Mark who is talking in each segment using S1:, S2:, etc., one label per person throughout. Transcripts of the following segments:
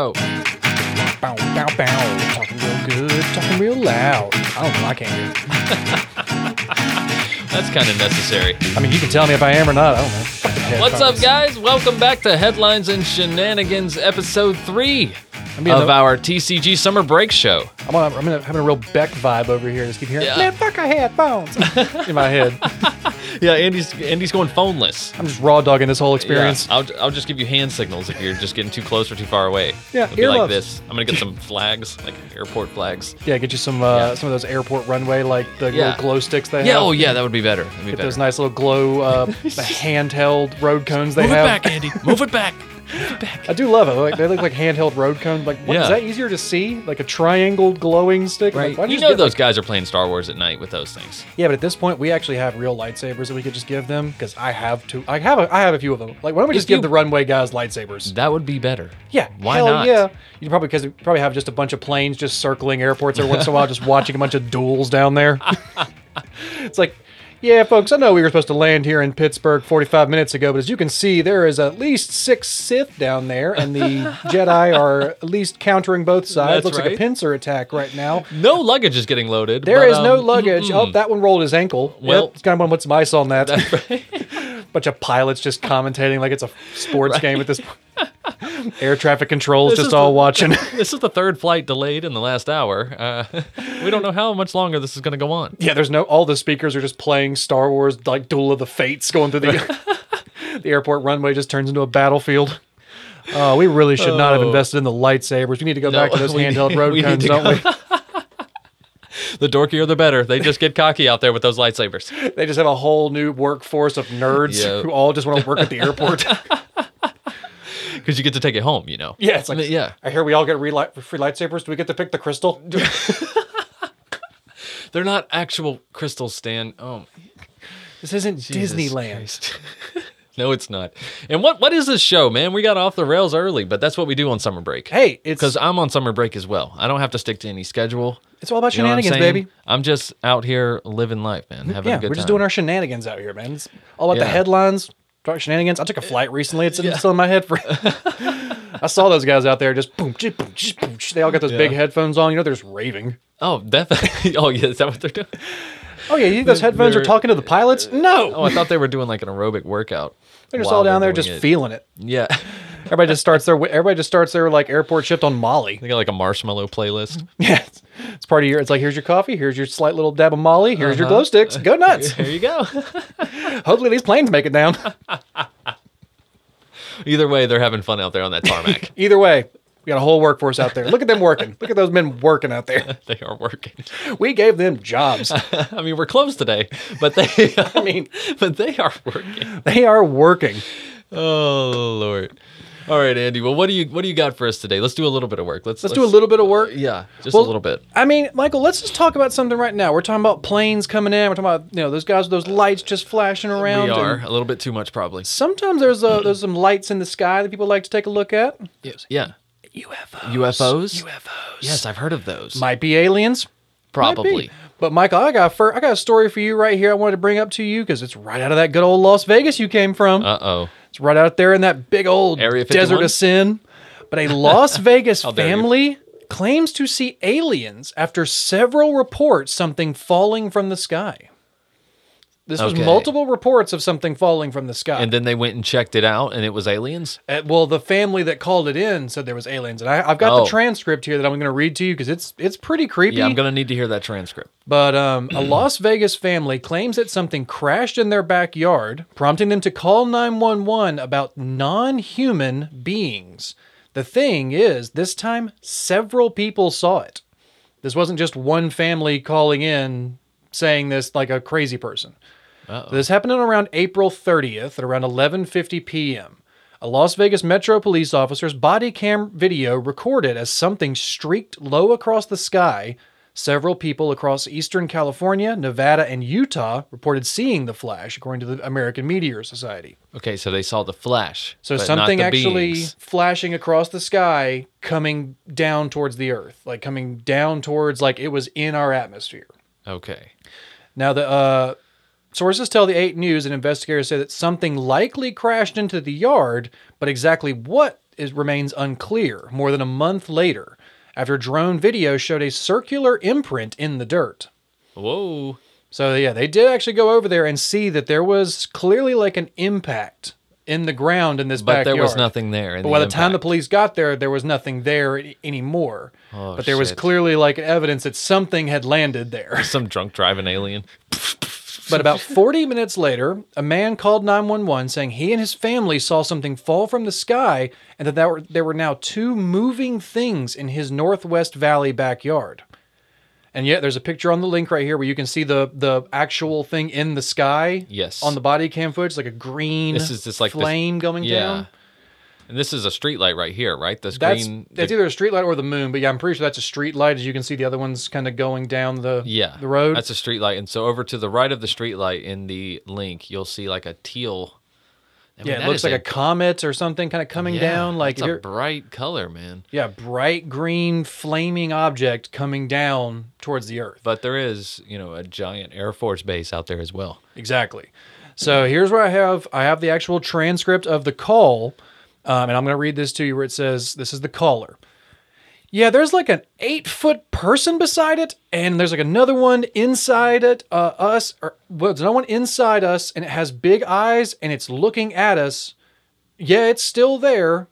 S1: Oh. Bow, bow, bow. Talking real good, talking real loud. I don't know, I can't hear.
S2: That's kind of necessary.
S1: I mean, you can tell me if I am or not. I don't know. Fucking
S2: What's up,
S1: headphones.
S2: guys? Welcome back to Headlines and Shenanigans, episode three
S1: I'm, being
S2: of
S1: a-
S2: our TCG Summer Break Show.
S1: I'm, on- I'm in a- having a real Beck vibe over here. Just keep hearing,
S2: Yeah.
S1: man, fuck, I had phones in my head.
S2: Yeah, Andy's Andy's going phoneless.
S1: I'm just raw dogging this whole experience.
S2: Yeah, I'll, I'll just give you hand signals if you're just getting too close or too far away.
S1: Yeah,
S2: It'll be
S1: earmuffs.
S2: like this. I'm gonna get some flags, like airport flags.
S1: Yeah, get you some uh,
S2: Yeah.
S1: some of those airport runway like the
S2: Yeah.
S1: little glow sticks they
S2: Yeah,
S1: have.
S2: oh yeah, that would be better. That'd be
S1: Get
S2: better.
S1: those nice little glow uh, the handheld road cones they
S2: Move
S1: have.
S2: it back, Andy. Move it back. Move it back.
S1: I do love it. Like, they look like handheld road cones. Like, what, is
S2: Yeah.
S1: that easier to see? Like a triangle glowing stick? Like,
S2: Right.
S1: why don't
S2: You
S1: just
S2: know
S1: get,
S2: those guys are playing Star Wars at night with those things.
S1: Yeah, but at this point, we actually have real lightsabers that we could just give them because I have two. I have a, I have a few of them. Like, why don't we
S2: If
S1: just give
S2: you-
S1: the runway guys lightsabers?
S2: That would be better.
S1: Yeah,
S2: Why
S1: hell
S2: not?
S1: Yeah, you probably because probably have just a bunch of planes just circling airports every once in a while, just watching a bunch of duels down there. it's like, yeah, folks, I know we were supposed to land here in Pittsburgh 45 minutes ago, but as you can see, there is at least six Sith down there, and the Jedi are at least countering both sides.
S2: That's
S1: Looks like a
S2: right.
S1: pincer attack right now.
S2: No luggage is getting loaded.
S1: There
S2: but,
S1: is no
S2: um,
S1: luggage. Oh, that one rolled his ankle. Well,
S2: Well-
S1: yep, it's got to put some ice on that. Bunch of pilots just commentating like it's a sports game at this point. Air traffic controls
S2: This
S1: just
S2: is
S1: all
S2: the-
S1: watching.
S2: This is the third flight delayed in the last hour. Uh, we don't know how much longer this is going to go on.
S1: yeah, there's no. All the speakers are just playing Star Wars like Duel of the Fates going through the the airport runway. Just turns into a battlefield. Oh, we really should not have
S2: Oh.
S1: invested in the lightsabers. We need to go
S2: No,
S1: back to those
S2: we need-
S1: handheld road
S2: we need
S1: cones,
S2: to
S1: don't
S2: go-
S1: we?
S2: The dorkier the better. They just get cocky out there with those lightsabers.
S1: They just have a whole new workforce of nerds
S2: Yeah.
S1: who all just want to work at the airport.
S2: Because you get to take it home, you know.
S1: Yeah, it's
S2: I
S1: like
S2: mean, yeah.
S1: I hear we all get re- light- free lightsabers. Do we get to pick the crystal?
S2: They're not actual crystals, Stan. Oh,
S1: this isn't
S2: Jesus
S1: Disneyland.
S2: Christ. no, it's not. And what what is this show, man? We got off the rails early, but that's what we do on summer break.
S1: Hey, it's
S2: Because I'm on summer break as well. I don't have to stick to any schedule.
S1: it's all about
S2: You know what I'm
S1: shenanigans,
S2: saying?
S1: baby. Mm-hmm.
S2: I'm just out here living life, man. Having
S1: Yeah,
S2: a
S1: we're
S2: good
S1: just
S2: time.
S1: doing our shenanigans out here, man. It's all about the
S2: Yeah. Uh,
S1: headlines, dark shenanigans. I took a flight recently. It's in- still in my head for. I saw those guys out there just boom, chip, boom, chip, boom. chip. They all got those big headphones on. You know, they're just raving.
S2: Oh, definitely. Oh, yeah. Is that what they're doing?
S1: Oh yeah, you think those headphones are
S2: They're-
S1: talking to the pilots? No,
S2: Oh, I thought they were doing like an aerobic workout.
S1: they're just
S2: while
S1: all down there
S2: doing
S1: just
S2: it.
S1: feeling it.
S2: Yeah.
S1: Everybody just starts their everybody just starts their like airport shift on Molly.
S2: They got like a marshmallow playlist.
S1: Yeah, it's, it's part of your. It's like here's your coffee, here's your slight little dab of Molly, here's
S2: Uh-huh.
S1: your glow sticks. Go nuts.
S2: There you go.
S1: Hopefully these planes make it down.
S2: Either way, they're having fun out there on that tarmac.
S1: Either way, we got a whole workforce out there. Look at them working. Look at those men working out there.
S2: they are working.
S1: We gave them jobs.
S2: I mean, we're closed today, but they,
S1: I mean,
S2: but they are working.
S1: they are working.
S2: Oh Lord. All right, Andy. Well, what do you what do you got for us today? Let's do a little bit of work. Let's
S1: Let's do a little bit of work.
S2: Yeah, just
S1: Well,
S2: a little bit.
S1: I mean, Michael, let's just talk about something right now. We're talking about planes coming in. We're talking about you know those guys with those lights just flashing around.
S2: We
S1: and
S2: are a little bit too much, probably.
S1: Sometimes there's a, there's some lights in the sky that people like to take a look at.
S2: Yeah.
S1: UFOs.
S2: UFOs.
S1: UFOs.
S2: Yes, I've heard of those.
S1: Might be aliens. Might be.
S2: probably.
S1: But Michael, I got a fir- I got a story for you right here. I wanted to bring up to you because it's right out of that good old Las Vegas you came from.
S2: Uh oh.
S1: it's right out there in that big old
S2: Area 51?
S1: desert of sin. But a Las Vegas
S2: dare you.
S1: family claims to see aliens after several reports something falling from the sky. This was
S2: Okay.
S1: multiple reports of something falling from the sky.
S2: And then they went and checked it out, and it was aliens.
S1: Uh, well, the family that called it in said there was aliens, and I, I've got
S2: Oh.
S1: the transcript here that I'm going to read to you because it's it's pretty creepy.
S2: Yeah, I'm gonna need to hear that transcript.
S1: But um, a Las Vegas family claims that something crashed in their backyard, prompting them to call 911 about non human beings. The thing is, this time several people saw it. This wasn't just one family calling in saying this like a crazy person. So this happened on around April 30th at around 11:50 p.m. A Las Vegas Metro police officer's body cam video recorded as something streaked low across the sky. Several people across eastern California, Nevada, and Utah reported seeing the flash, according to the American Meteor Society.
S2: Okay, so they saw the flash.
S1: So
S2: but not
S1: something
S2: the
S1: actually
S2: beings.
S1: flashing across the sky, coming down towards the Earth, like coming down towards, like it was in our atmosphere.
S2: Okay.
S1: Now, the uh, sources tell the 8 News and investigators say that something likely crashed into the yard, but exactly what is, remains unclear more than a month later after drone video showed a circular imprint in the dirt.
S2: Whoa.
S1: So yeah, they did actually go over there and see that there was clearly like an impact in the ground in this
S2: But
S1: backyard.
S2: there was nothing there. in
S1: But by the time the
S2: impact.
S1: police got there, there was nothing there a- anymore.
S2: Oh,
S1: but there was
S2: shit.
S1: clearly like evidence that something had landed there.
S2: some drunk driving alien.
S1: But about 40 minutes later, a man called 911 saying he and his family saw something fall from the sky and that there were, there were now two moving things in his Northwest Valley backyard. And yet there's a picture on the link right here where you can see the the actual thing in the sky.
S2: Yes.
S1: On the body cam footage, like a green
S2: This is just like this-
S1: flame going down.
S2: And this is a street light right here, right? This
S1: That's
S2: green.
S1: that's
S2: the-
S1: either a street light or the moon, but yeah, I'm pretty sure that's a street light as you can see the other one's kind of going down the
S2: yeah.
S1: the road.
S2: That's a street light. And so over to the right of the street light in the link, you'll see like a teal. I mean,
S1: yeah, it
S2: that
S1: looks
S2: is
S1: like a, comet or something kind of coming
S2: yeah,
S1: down. Like
S2: that's
S1: if
S2: a
S1: you're-
S2: bright color, man.
S1: Yeah, bright green flaming object coming down towards the earth.
S2: But there is, you know, a giant Air Force base out there as well.
S1: Exactly. So here's where I have I have the actual transcript of the call, um, and I'm going to read this to you where it says this is the caller. Yeah, there's like an eight foot person beside it, and there's like another one inside it, uh, us, or well, there's no one inside us, and it has big eyes and it's looking at us. Yeah, it's still there.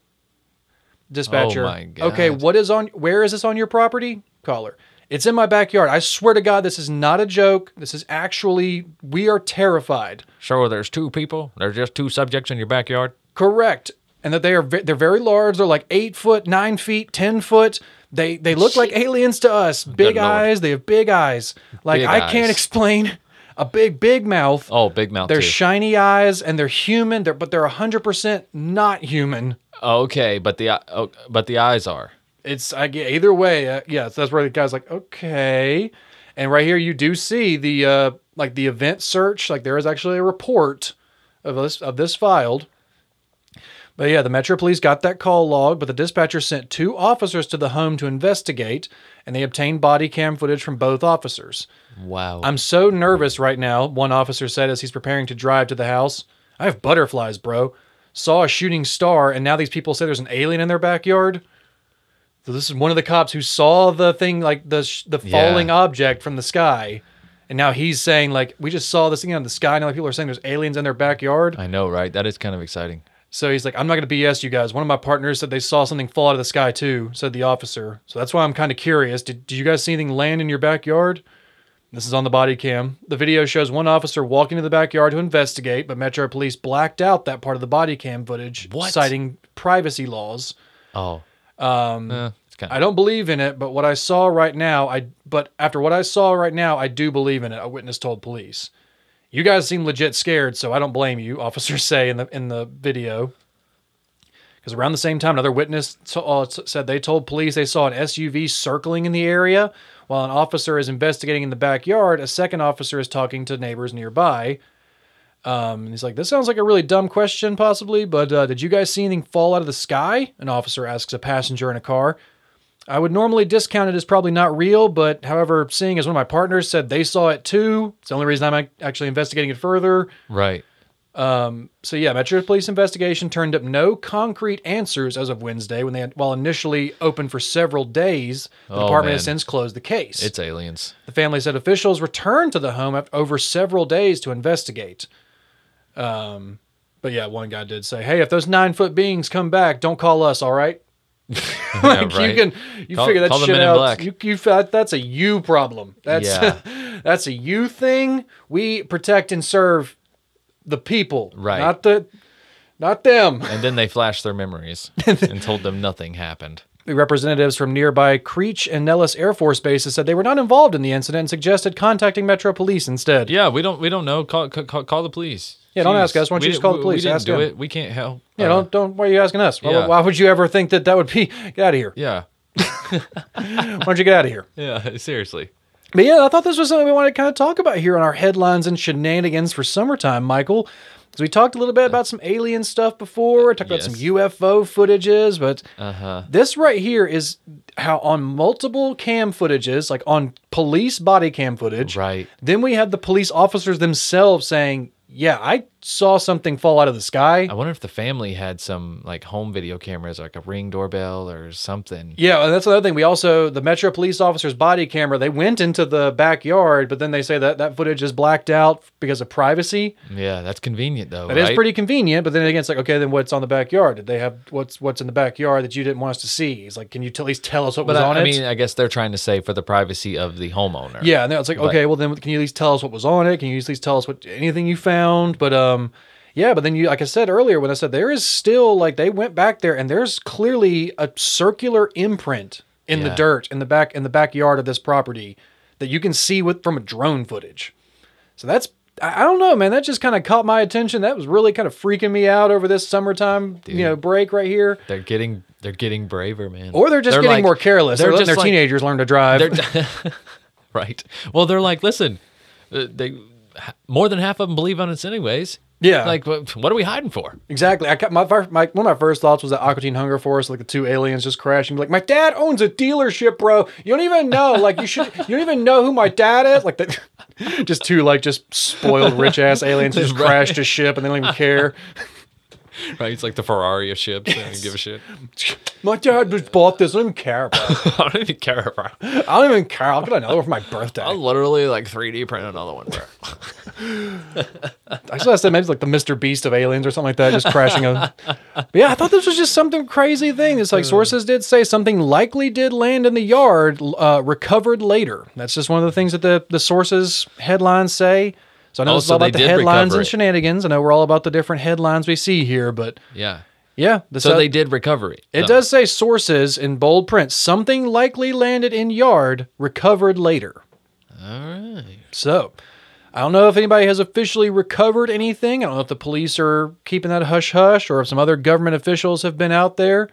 S1: Dispatcher.
S2: Oh my
S1: Okay,
S2: God.
S1: what is on? Where is this on your property? Caller. It's in my backyard. I swear to God, this is not a joke. This is actually. We are terrified.
S2: Sure, there's two people. There's just two subjects in your backyard.
S1: Correct. And that they are ve- they're very large. They're like eight foot, nine feet, ten foot. They they look like aliens to us. Big
S2: lord.
S1: eyes. They have big eyes. Like
S2: Big
S1: I
S2: eyes.
S1: can't explain a big big mouth.
S2: Oh, big mouth.
S1: they're
S2: too.
S1: shiny eyes and they're human. They're but they're hundred percent not human.
S2: okay, but the eye- oh, but the eyes are.
S1: It's I get either way. Uh, yeah, so that's where the guy's like, okay. And right here, you do see the uh, like the event search. Like there is actually a report of this of this filed. But yeah, the Metro Police got that call log, but the dispatcher sent two officers to the home to investigate, and they obtained body cam footage from both officers.
S2: Wow.
S1: I'm so nervous right now, one officer said as he's preparing to drive to the house. I have butterflies, bro. Saw a shooting star, and now these people say there's an alien in their backyard. So this is one of the cops who saw the thing, like the sh- the
S2: Yeah.
S1: falling object from the sky, and now he's saying like we just saw this thing out of the sky. Now like, people are saying there's aliens in their backyard.
S2: I know, right? That is kind of exciting.
S1: So he's like, I'm not gonna BS you guys. One of my partners said they saw something fall out of the sky too. Said the officer. So that's why I'm kind of curious. Did, did you guys see anything land in your backyard? This is on the body cam. The video shows one officer walking to the backyard to investigate, but Metro Police blacked out that part of the body cam footage,
S2: What?
S1: citing privacy laws.
S2: Oh. Um. it's kind
S1: I don't believe in it, but what I saw right now, I but after what I saw right now, I do believe in it. A witness told police. You guys seem legit scared, so I don't blame you, officers say in the in the video. Because around the same time, another witness t- uh, s- said they told police they saw an SUV circling in the area. While an officer is investigating in the backyard, a second officer is talking to neighbors nearby. Um, and he's like, "This sounds like a really dumb question, possibly, but uh, did you guys see anything fall out of the sky?" An officer asks a passenger in a car. I would normally discount it as probably not real, but however, seeing as one of my partners said they saw it too, it's the only reason I'm ac- actually investigating it further.
S2: right.
S1: So yeah, Metro Police investigation turned up no concrete answers as of Wednesday, when they had, while initially open for several days, the
S2: Oh,
S1: department has
S2: man.
S1: since closed the case.
S2: It's aliens.
S1: the family said officials returned to the home af- over several days to investigate. Um, but yeah, one guy did say, "Hey, if those nine foot beings come back, don't call us, all right." like
S2: right.
S1: you can you
S2: Call-
S1: figure that
S2: call the
S1: shit
S2: men in
S1: out.
S2: black.
S1: You, you that, that's a you problem. That's that's a you thing. We protect and serve the people,
S2: Right.
S1: Not the not them.
S2: And then they flashed their memories and told them nothing happened.
S1: The representatives from nearby Creech and Nellis Air Force bases said they were not involved in the incident and suggested contacting Metro Police instead.
S2: Yeah, we don't we don't know. Call ca- call, call the police.
S1: Yeah, don't ask us. Why don't
S2: We
S1: you just
S2: didn't-
S1: call the
S2: we-
S1: police?
S2: We didn't
S1: Ask
S2: do
S1: them.
S2: it. We can't help.
S1: Yeah,
S2: Uh,
S1: don't don't. Why are you asking us? Why-
S2: yeah.
S1: Why, would you ever think that that would be? Get out of here.
S2: Yeah.
S1: Why don't you get out of here?
S2: Yeah. Seriously.
S1: But yeah, I thought this was something we wanted to kind of talk about here on our headlines and shenanigans for summertime, Michael. Because we talked a little bit about some alien stuff before, talked about some
S2: Yes.
S1: UFO footages, but
S2: Uh huh.
S1: this right here is how on multiple cam footages, like on police body cam footage,
S2: Right.
S1: then we have the police officers themselves saying, Yeah, I saw something fall out of the sky.
S2: I wonder if the family had some like home video cameras, like a ring doorbell or something.
S1: Yeah, and that's another thing. We also the Metro police officer's body camera. They went into the backyard, but then they say that that footage is blacked out because of privacy.
S2: Yeah, that's convenient though.
S1: That is
S2: right?
S1: pretty convenient. But then again, it's like, okay, then what's on the backyard? Did they have what's what's in the backyard that you didn't want us to see? He's like, can you t- at least tell us what
S2: But
S1: was
S2: I,
S1: on
S2: I
S1: it?
S2: mean, I guess they're trying to say for the privacy of the homeowner.
S1: Yeah, and then it's like,
S2: But-
S1: okay, well then, can you at least tell us what was on it? Can you at least tell us what anything you found? But um, yeah, but then you, like I said earlier, when I said there is still like they went back there and there's clearly a circular imprint in the
S2: Yeah.
S1: dirt in the back in the backyard of this property that you can see with from a drone footage. So that's I I don't know, man. That just kind of caught my attention. That was really kind of freaking me out over this summertime, you know, break right here.
S2: They're getting they're getting braver, man.
S1: Or they're just getting
S2: like-
S1: more careless. They're, letting
S2: just
S1: their
S2: like-
S1: teenagers learn to drive.
S2: They're right. Well, they're like, listen, uh, they more than half of them believe on us anyways.
S1: Yeah.
S2: Like, what, what are we hiding for?
S1: Exactly. I ca- my, fir- my one of my first thoughts was that Aqua Teen Hunger Force, like the two aliens just crashing. Like my dad owns a dealership, bro. You don't even know. Like you should. You don't even know who my dad is. Like that. Just two like just spoiled rich ass aliens who just crashed a ship and they don't even care.
S2: Right? It's like the Ferrari of ships. I don't give a shit.
S1: My dad just bought this. I don't even care. Bro.
S2: I don't even care about.
S1: I don't even care. I'll get another one for my
S2: I
S1: birthday.
S2: literally like 3D print another one. Bro.
S1: I saw that maybe it's like the Mr. Beast of aliens or something like that, just crashing a. But yeah, I thought this was just some crazy thing. It's like sources did say something likely did land in the yard, uh, recovered later. That's just one of the things that the, the sources headlines say. So I know
S2: Oh,
S1: it's
S2: so
S1: all
S2: they
S1: about the
S2: did
S1: headlines
S2: recover
S1: and
S2: it.
S1: shenanigans. I know we're all about the different headlines we see here, but
S2: Yeah.
S1: yeah, the,
S2: So they did recover it.
S1: It
S2: though.
S1: does say sources in bold print. Something likely landed in yard, recovered later.
S2: All right.
S1: So, I don't know if anybody has officially recovered anything. I don't know if the police are keeping that hush hush or if some other government officials have been out there.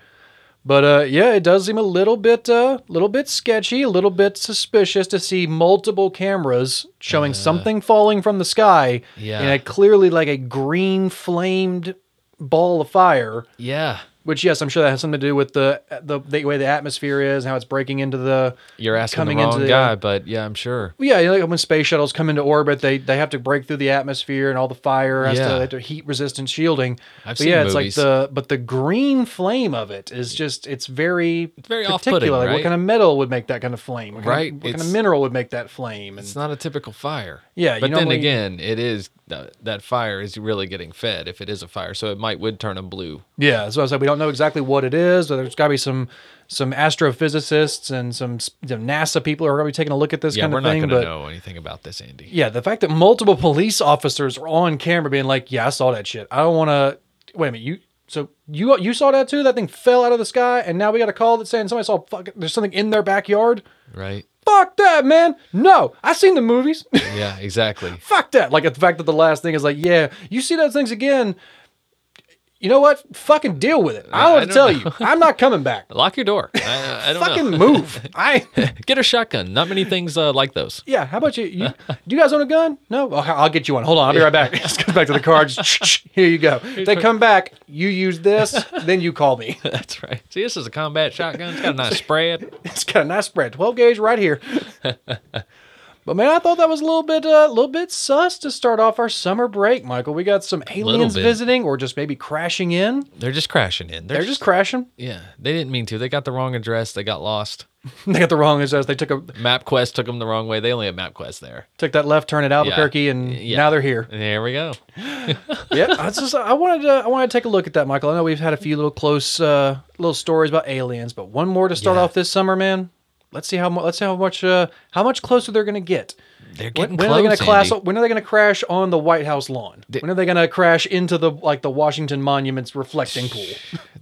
S1: But uh, yeah, it does seem a little bit, uh, little bit sketchy, a little bit suspicious to see multiple cameras showing something falling from the sky
S2: Yeah.
S1: in a clearly like a green flamed ball of fire.
S2: Yeah.
S1: Which yes, I'm sure that has something to do with the the, the way the atmosphere is and how it's breaking into the
S2: You're asking
S1: Coming
S2: the
S1: into
S2: wrong
S1: the-
S2: guy, but yeah, I'm sure.
S1: well, yeah, you know, like when space shuttles come into orbit, they they have to break through the atmosphere and all the fire has to,
S2: Yeah.
S1: they have to heat resistant shielding.
S2: I've
S1: but
S2: seen
S1: yeah, it's
S2: movies.
S1: like the but the green flame of it is just it's very
S2: very
S1: particular.
S2: off-putting,
S1: Like
S2: right?
S1: what kind of metal would make that kind of flame? What kind of-
S2: Right,
S1: what kind of
S2: it's-
S1: mineral would make that flame? And
S2: It's not a typical fire.
S1: Yeah, you
S2: but then
S1: normally-
S2: again, it is that, that fire is really getting fed if it is a fire, so it might would turn a blue.
S1: yeah, so I said we don't know exactly what it is, but there's got to be some some astrophysicists and some, s- some NASA people who are going to be taking a look at this
S2: Yeah,
S1: kind
S2: we're
S1: of
S2: not
S1: thing.
S2: going to
S1: but
S2: know anything about this, Andy.
S1: Yeah, the fact that multiple police officers are on camera being like, "Yeah, I saw that shit. I don't want to." Wait a minute, you. So you you saw that too? That thing fell out of the sky, and now we got a call that saying somebody saw fucking. There's something in their backyard.
S2: Right?
S1: Fuck that, man. No, I seen the movies.
S2: Yeah, exactly.
S1: Fuck that. Like the fact that the last thing is like, yeah, you see those things again. You know what? Fucking deal with it. I don't
S2: Yeah, I
S1: want to
S2: don't
S1: tell
S2: know.
S1: you. I'm not coming back.
S2: Lock your door. I, I don't
S1: Fucking
S2: know.
S1: move. I.
S2: Get a shotgun. Not many things uh, like those.
S1: Yeah, how about you? you do you guys own a gun? No, okay, I'll get you one. Hold on, I'll be right back. Just goes back to the car. Just, here you go. They come back. You use this, then you call me.
S2: That's right. See, this is a combat shotgun. It's got a nice spread.
S1: It's got a nice spread, twelve gauge right here. But man, I thought that was a little bit, a little bit sus to start off our summer break, Michael. We got some aliens
S2: bit.
S1: visiting, or just maybe crashing in.
S2: They're just crashing in. They're,
S1: They're just crashing.
S2: yeah. They didn't mean to. They got the wrong address. They got lost.
S1: They got the wrong address. They took a
S2: MapQuest took them the wrong way. They only have MapQuest there.
S1: took that left turn at Albuquerque, and
S2: Yeah.
S1: now they're here.
S2: There we go.
S1: yeah, I just I wanted to I wanted to take a look at that, Michael. I know we've had a few little close uh, little stories about aliens, but one more to start
S2: Yeah.
S1: off this summer, man. Let's see how mu- let's see how much uh, how much closer they're going to get.
S2: They're
S1: When,
S2: getting
S1: when
S2: close.
S1: are they going to class?
S2: Andy.
S1: When are they going to crash on the White House lawn?
S2: They-
S1: when are they going to crash into the like the Washington Monument's reflecting pool?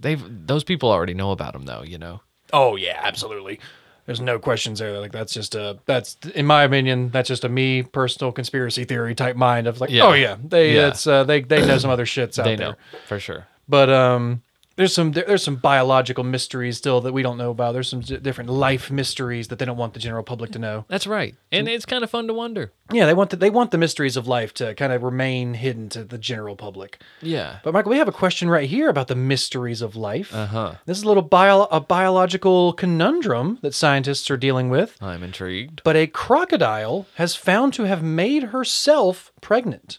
S2: They've those people already know about them though. You know.
S1: Oh yeah, absolutely. There's no questions there. Like that's just a that's in my opinion that's just a me personal conspiracy theory type mind of like
S2: Yeah.
S1: oh yeah they
S2: Yeah.
S1: that's uh, they they know some other shits out
S2: They
S1: there.
S2: know for sure.
S1: but um there's some there, there's some biological mysteries still that we don't know about there's some d- different life mysteries that they don't want the general public to know
S2: That's right. And it's kind of fun to wonder.
S1: yeah they want the, they want the mysteries of life to kind of remain hidden to the general public
S2: Yeah.
S1: but michael we have a question right here about the mysteries of life
S2: Uh-huh.
S1: this is a little bio a biological conundrum that scientists are dealing with
S2: I'm intrigued.
S1: but a crocodile has found to have made herself pregnant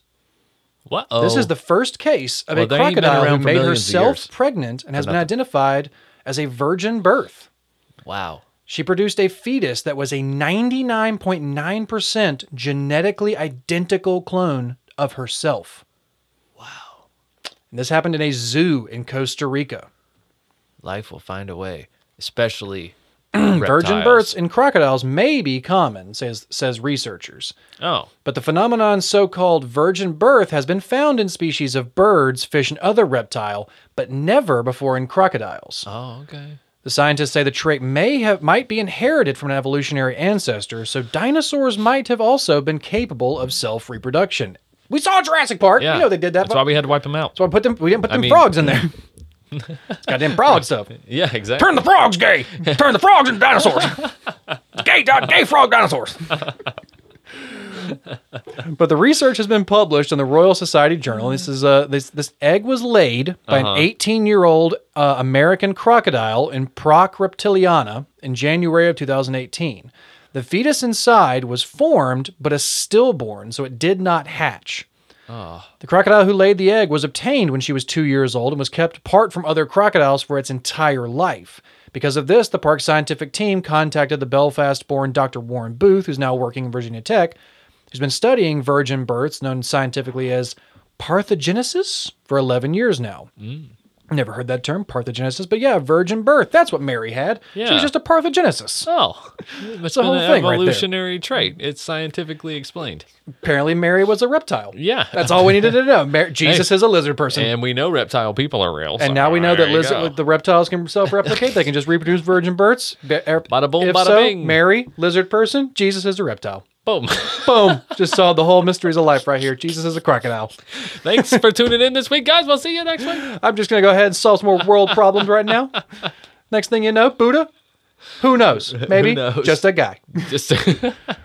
S2: What?
S1: This is the first case of
S2: Oh. Well,
S1: a
S2: they ain't been
S1: crocodile who
S2: around for
S1: made
S2: millions of years.
S1: herself pregnant and has been
S2: nothing.
S1: identified as a virgin birth.
S2: wow.
S1: She produced a fetus that was a 99.9% genetically identical clone of herself. Wow. And this happened in a zoo in Costa Rica.
S2: Life will find a way, especially
S1: Virgin
S2: reptiles.
S1: births in crocodiles may be common, says says researchers.
S2: Oh,
S1: But the phenomenon so-called virgin birth has been found in species of birds, fish, and other reptile, but never before in crocodiles.
S2: oh, okay.
S1: The scientists say the trait may have might be inherited from an evolutionary ancestor, so dinosaurs might have also been capable of self-reproduction. We saw Jurassic Park.
S2: Yeah,
S1: You know they did that.
S2: That's why we had to wipe them out.
S1: so I put them. We didn't put
S2: I
S1: them
S2: mean-
S1: frogs in there. it's goddamn frog stuff.
S2: Yeah, exactly.
S1: Turn the frogs gay. Turn the frogs into dinosaurs. gay, di- gay frog dinosaurs. but the research has been published in the Royal Society Journal. This is uh, this this egg was laid by an 18 year old uh, American crocodile in Proc reptiliana in January of 2018. The fetus inside was formed, but is stillborn, so it did not hatch. The crocodile who laid the egg was obtained when she was two years old and was kept apart from other crocodiles for its entire life. Because of this, the park's scientific team contacted the Belfast born Dr. Warren Booth, who's now working in Virginia Tech, who's been studying virgin births, known scientifically as parthogenesis, for 11 years now.
S2: Mm.
S1: Never heard that term, parthogenesis, but yeah, virgin birth. That's what Mary had. She
S2: Yeah.
S1: was just a parthogenesis.
S2: Oh, that's
S1: the
S2: been
S1: whole
S2: an
S1: thing right there.
S2: evolutionary trait. It's scientifically explained.
S1: Apparently, Mary was a reptile.
S2: Yeah.
S1: That's all we needed to know. Mar- Jesus is a lizard person.
S2: And we know reptile people are real.
S1: Mm. And
S2: so
S1: now we know
S2: there
S1: that
S2: you
S1: lizard,
S2: go.
S1: the reptiles can self-replicate. they can just reproduce virgin births. Be- er-
S2: Bada boom,
S1: if
S2: bada
S1: so,
S2: bing.
S1: Mary, lizard person. Jesus is a reptile.
S2: Boom.
S1: Boom! just solved the whole mysteries of life right here. Jesus is a crocodile.
S2: Thanks for tuning in this week, guys. We'll see you next week.
S1: I'm just gonna go ahead and solve some more world problems right now. Next thing you know, Buddha. Who knows? Maybe
S2: knows?
S1: just a guy.
S2: Just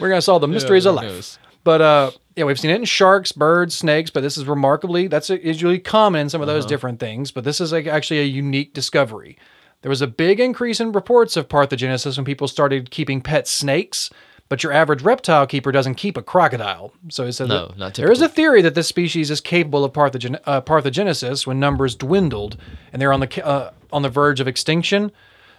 S1: We're gonna solve the mysteries of
S2: who
S1: life.
S2: knows?
S1: But uh, yeah, we've seen it in sharks, birds, snakes. But this is remarkably that's usually common in some of
S2: Uh-huh.
S1: those different things. But this is like actually a unique discovery. There was a big increase in reports of parthogenesis when people started keeping pet snakes. But your average reptile keeper doesn't keep a crocodile. So he said
S2: No,
S1: that
S2: not
S1: there is a theory that this species is capable of parthogen- uh, parthogenesis when numbers dwindled and they're on the ca- uh, on the verge of extinction.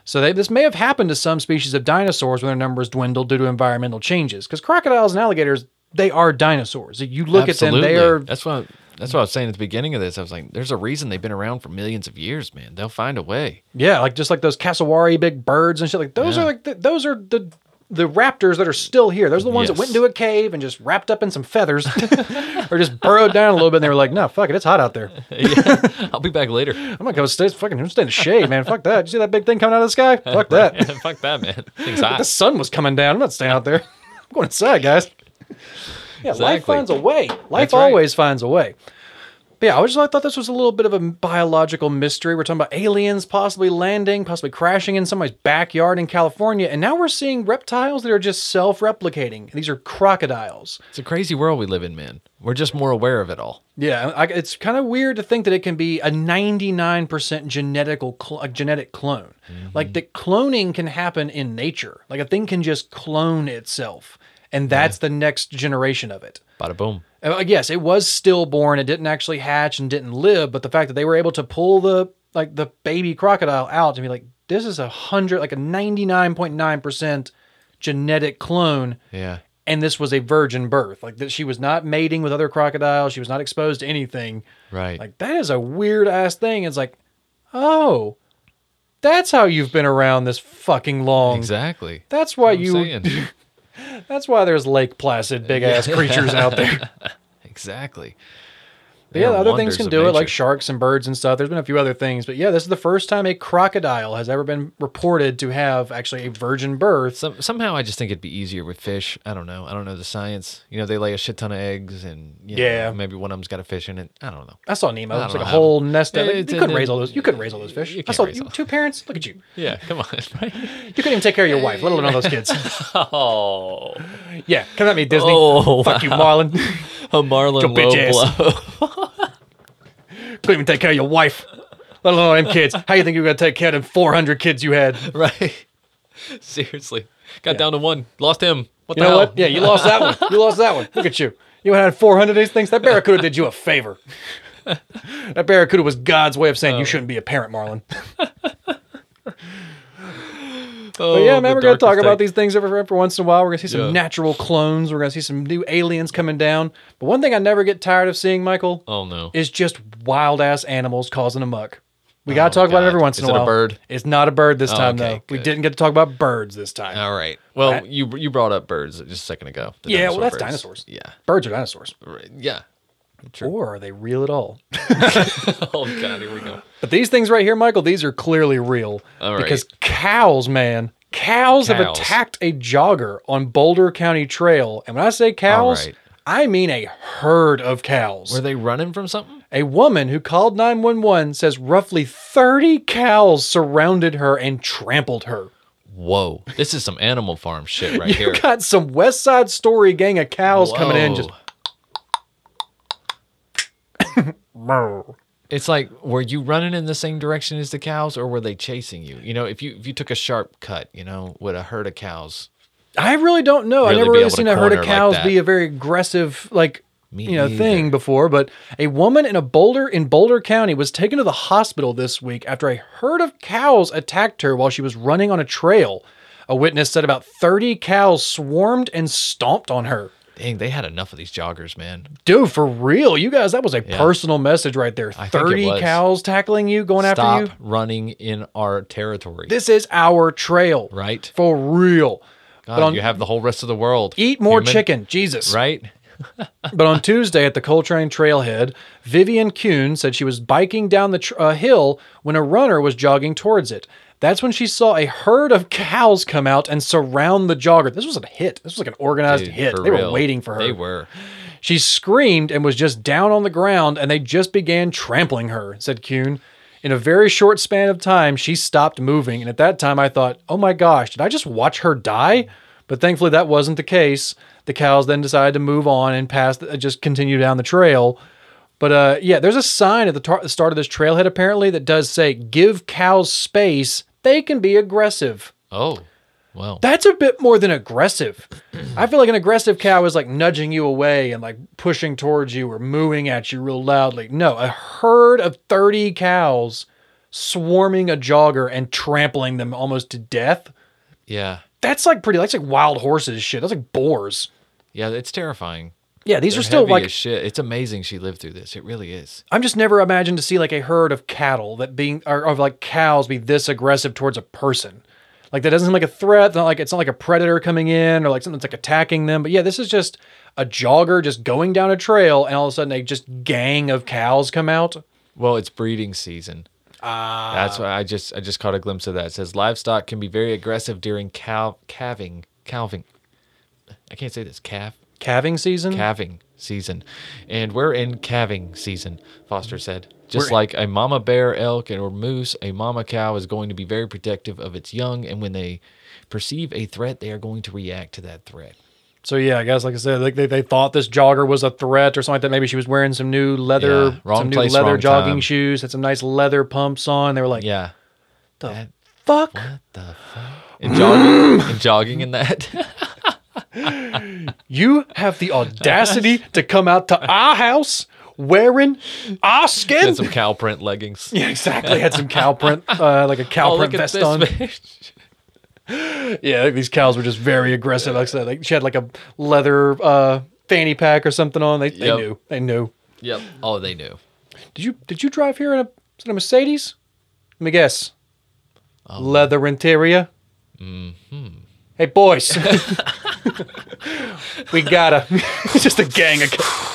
S1: So they, this may have happened to some species of dinosaurs when their numbers dwindled due to environmental changes. Because crocodiles and alligators, they are dinosaurs. You look at them; they are
S2: That's what. That's what I was saying at the beginning of this. I was like, "There's a reason they've been around for millions of years, man. They'll find a way."
S1: yeah, like just like those cassowary big birds and shit. Like those are like the, those are the the raptors that are still here. Those are the ones that went
S2: Yes.
S1: into a cave and just wrapped up in some feathers, or just burrowed down a little bit. and They were like, "No, fuck it, it's hot out there.
S2: I'll be back later.
S1: I'm gonna go stay fucking I'm stay in the shade, man. Fuck that. You see that big thing coming out of the sky? Fuck that."
S2: Fuck that, man. Things
S1: the
S2: hot.
S1: sun was coming down. I'm not staying out there. I'm going inside, guys. Yeah, life
S2: Exactly.
S1: finds a way. Life
S2: That's right.
S1: always finds a way. But yeah, I was just I thought this was a little bit of a biological mystery. We're talking about aliens possibly landing, possibly crashing in somebody's backyard in California, and now we're seeing reptiles that are just self-replicating. These are crocodiles.
S2: It's a crazy world we live in, man. We're just more aware of it all.
S1: Yeah, I, it's kind of weird to think that it can be a 99% genetical cl- a genetic clone. Like that cloning can happen in nature. Like a thing can just clone itself, and that's the next generation of it.
S2: Bada boom.
S1: Uh, yes, it was stillborn. It didn't actually hatch and didn't live, but the fact that they were able to pull the like the baby crocodile out and be like, this is a hundred, like a 99.9% genetic clone
S2: Yeah.
S1: and this was a virgin birth. Like that, she was not mating with other crocodiles. She was not exposed to anything.
S2: Right.
S1: Like that is a weird ass thing. It's like, oh, that's how you've been around this fucking long.
S2: exactly.
S1: That's why
S2: I'm
S1: um, you.
S2: saying.
S1: That's why there's Lake Placid big ass creatures out there.
S2: exactly.
S1: But yeah,
S2: They're
S1: other things
S2: wonders
S1: can
S2: of
S1: do it, like
S2: nature.
S1: sharks and birds and stuff. There's been a few other things, but yeah, this is the first time a crocodile has ever been reported to have actually a virgin birth.
S2: Some, somehow I just think it'd be easier with fish. I don't know. I don't know the science. You know, they lay a shit ton of eggs, and you know,
S1: Yeah.
S2: maybe one of them's got a fish in it. I don't know.
S1: I saw Nemo.
S2: I
S1: It's
S2: don't
S1: like a
S2: know how-
S1: whole nest. Of,
S2: Yeah,
S1: like, you
S2: it's-
S1: couldn't
S2: it-
S1: raise all those. You couldn't raise all those fish.
S2: you
S1: I
S2: can't
S1: saw
S2: raise
S1: you,
S2: all-
S1: two parents. Look at you.
S2: Yeah, come on.
S1: You couldn't even take care of your wife, let alone all those kids.
S2: oh,
S1: Yeah, come at me, Disney.
S2: Oh,
S1: Fuck you, Marlon.
S2: a marlin
S1: Your
S2: low
S1: bitch ass.
S2: blow.
S1: couldn't even take care of your wife, let alone them kids. How you think you were gonna take care of them 400 kids you had?
S2: right? Seriously, got down to one. Lost him. What
S1: You
S2: the
S1: know
S2: hell?
S1: what? Yeah, you lost that one. You lost that one. Look at you. You had 400 of these things? That barracuda did you a favor. that barracuda was God's way of saying you shouldn't be a parent, Marlon.
S2: Oh,
S1: But yeah, man,
S2: the
S1: we're going to talk
S2: darkest
S1: about
S2: day.
S1: these things every, every once in a while. We're going to see some
S2: Yeah.
S1: natural clones. We're going to see some new aliens coming down. But one thing I never get tired of seeing, Michael,
S2: Oh no.
S1: is just wild ass animals causing a muck. We got to
S2: Oh,
S1: talk about it
S2: God.
S1: every once in
S2: Is
S1: a
S2: it a
S1: while.
S2: bird? Oh,
S1: It's not a bird this time,
S2: okay,
S1: though. We
S2: good.
S1: didn't get to talk about birds this time.
S2: All right. Well,
S1: That-
S2: you you brought up birds just a second ago. the
S1: Yeah, well,
S2: dinosaur
S1: that's
S2: birds.
S1: dinosaurs.
S2: Yeah.
S1: Birds are dinosaurs.
S2: Right. Yeah.
S1: Or are they real at all?
S2: Oh god, here we go.
S1: But these things right here, Michael, these are clearly real.
S2: All right.
S1: Because cows, man, cows, have
S2: Cows.
S1: attacked a jogger on Boulder County Trail. And when I say cows,
S2: right.
S1: I mean a herd of cows.
S2: Were they running from something?
S1: a woman who called 911 says roughly 30 cows surrounded her and trampled her.
S2: Whoa. This is some animal farm shit right here.
S1: Got some West Side Story gang of cows coming in
S2: Whoa.
S1: just.
S2: It's like were you running in the same direction as the cows or were they chasing you? You know, if you if you took a sharp cut, you know, with a herd of cows.
S1: I really don't know.
S2: Really
S1: I've never
S2: be
S1: really
S2: able to
S1: seen a herd of
S2: corner like
S1: cows
S2: that.
S1: be a very aggressive, like
S2: Me
S1: you know,
S2: either.
S1: thing before. But a woman in a Boulder in Boulder County was taken to the hospital this week after a herd of cows attacked her while she was running on a trail. A witness said about 30 cows swarmed and stomped on her.
S2: Dang, they had enough of these joggers, man.
S1: Dude, for real, you guys, that was a personal message right there.
S2: think it
S1: 30
S2: was.
S1: cows tackling you, going
S2: Stop
S1: after you.
S2: running in our territory.
S1: This is our trail.
S2: right?
S1: For real.
S2: God,
S1: but on-
S2: you have the whole rest of the world.
S1: Eat more
S2: human,
S1: chicken, Jesus.
S2: Right?
S1: But on Tuesday at the Coltrane Trailhead, Vivian Kuhn said she was biking down the tr- uh, hill when a runner was jogging towards it. That's when she saw a herd of cows come out and surround the jogger. This was a hit. This was like an organized
S2: Dude,
S1: hit.
S2: for
S1: They were
S2: real.
S1: waiting for her.
S2: They were.
S1: She screamed and was just down on the ground, and they just began trampling her, said Kuhn. In a very short span of time, she stopped moving. And at that time, I thought, oh my gosh, did I just watch her die? But thankfully, that wasn't the case. The cows then decided to move on and pass, uh, just continue down the trail. But uh, yeah, there's a sign at the, tar- the start of this trailhead apparently that does say, give cows space. They can be aggressive.
S2: Oh, well.
S1: That's a bit more than aggressive. I feel like an aggressive cow is like nudging you away and like pushing towards you or mooing at you real loudly. No, a herd of 30 cows swarming a jogger and trampling them almost to death.
S2: yeah.
S1: That's like pretty, that's like wild horses shit. That's like boars.
S2: Yeah, it's terrifying.
S1: Yeah, these
S2: They're
S1: are still
S2: heavy
S1: like,
S2: as shit. It's amazing she lived through this. It really is.
S1: I'm just never imagined to see like a herd of cattle that being, or of like cows be this aggressive towards a person. Like that doesn't seem like a threat. It's not like it's not like a predator coming in or like something that's like attacking them. But yeah, this is just a jogger just going down a trail, and all of a sudden a just gang of cows come out.
S2: Well, it's breeding season. Ah. That's why I just I just caught a glimpse of that. It says livestock can be very aggressive during cow calving calving. I can't say this. Calf
S1: Calving season.
S2: calving season. And we're in calving season, Foster said.
S1: We're
S2: Just
S1: in-
S2: like a mama bear, elk, or moose, a mama cow is going to be very protective of its young, and when they perceive a threat, they are going to react to that threat.
S1: so yeah, I guess like I said, like they, they thought this jogger was a threat or something like that. Maybe she was wearing some new leather,
S2: Yeah, wrong
S1: some
S2: place,
S1: new leather
S2: wrong
S1: jogging
S2: time.
S1: shoes, had some nice leather pumps on. They were like,
S2: Yeah.
S1: the
S2: That-
S1: fuck.
S2: What the fuck? And jogging, and jogging in that.
S1: You have the audacity to come out to our house wearing our skin.
S2: and some cow print leggings.
S1: yeah, exactly. Had some cow print, uh, like a cow
S2: Oh,
S1: print
S2: look at
S1: vest
S2: this.
S1: on.
S2: man.
S1: Yeah, like these cows were just very aggressive. Like I said, like she had like a leather uh, fanny pack or something on. They, they
S2: Yep.
S1: knew. They knew.
S2: yep. Oh, they knew.
S1: Did you did you drive here in a, is it a Mercedes? Let me guess. Leather interior. Mm-hmm. Hey boys, we gotta. it's just a gang of. Cows.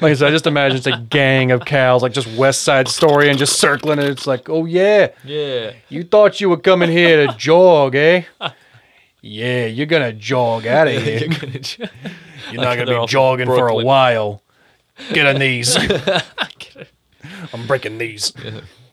S1: Like I said, I just imagine it's a gang of cows, like just West Side Story, and just circling, and it's like, oh yeah,
S2: Yeah.
S1: you thought you were coming here to jog, eh? Yeah, you're gonna jog out of here.
S2: You're gonna j-
S1: You're not going
S2: Like they're
S1: to be
S2: off
S1: jogging for a
S2: Brooklyn.
S1: while. Get on these. I'm breaking these.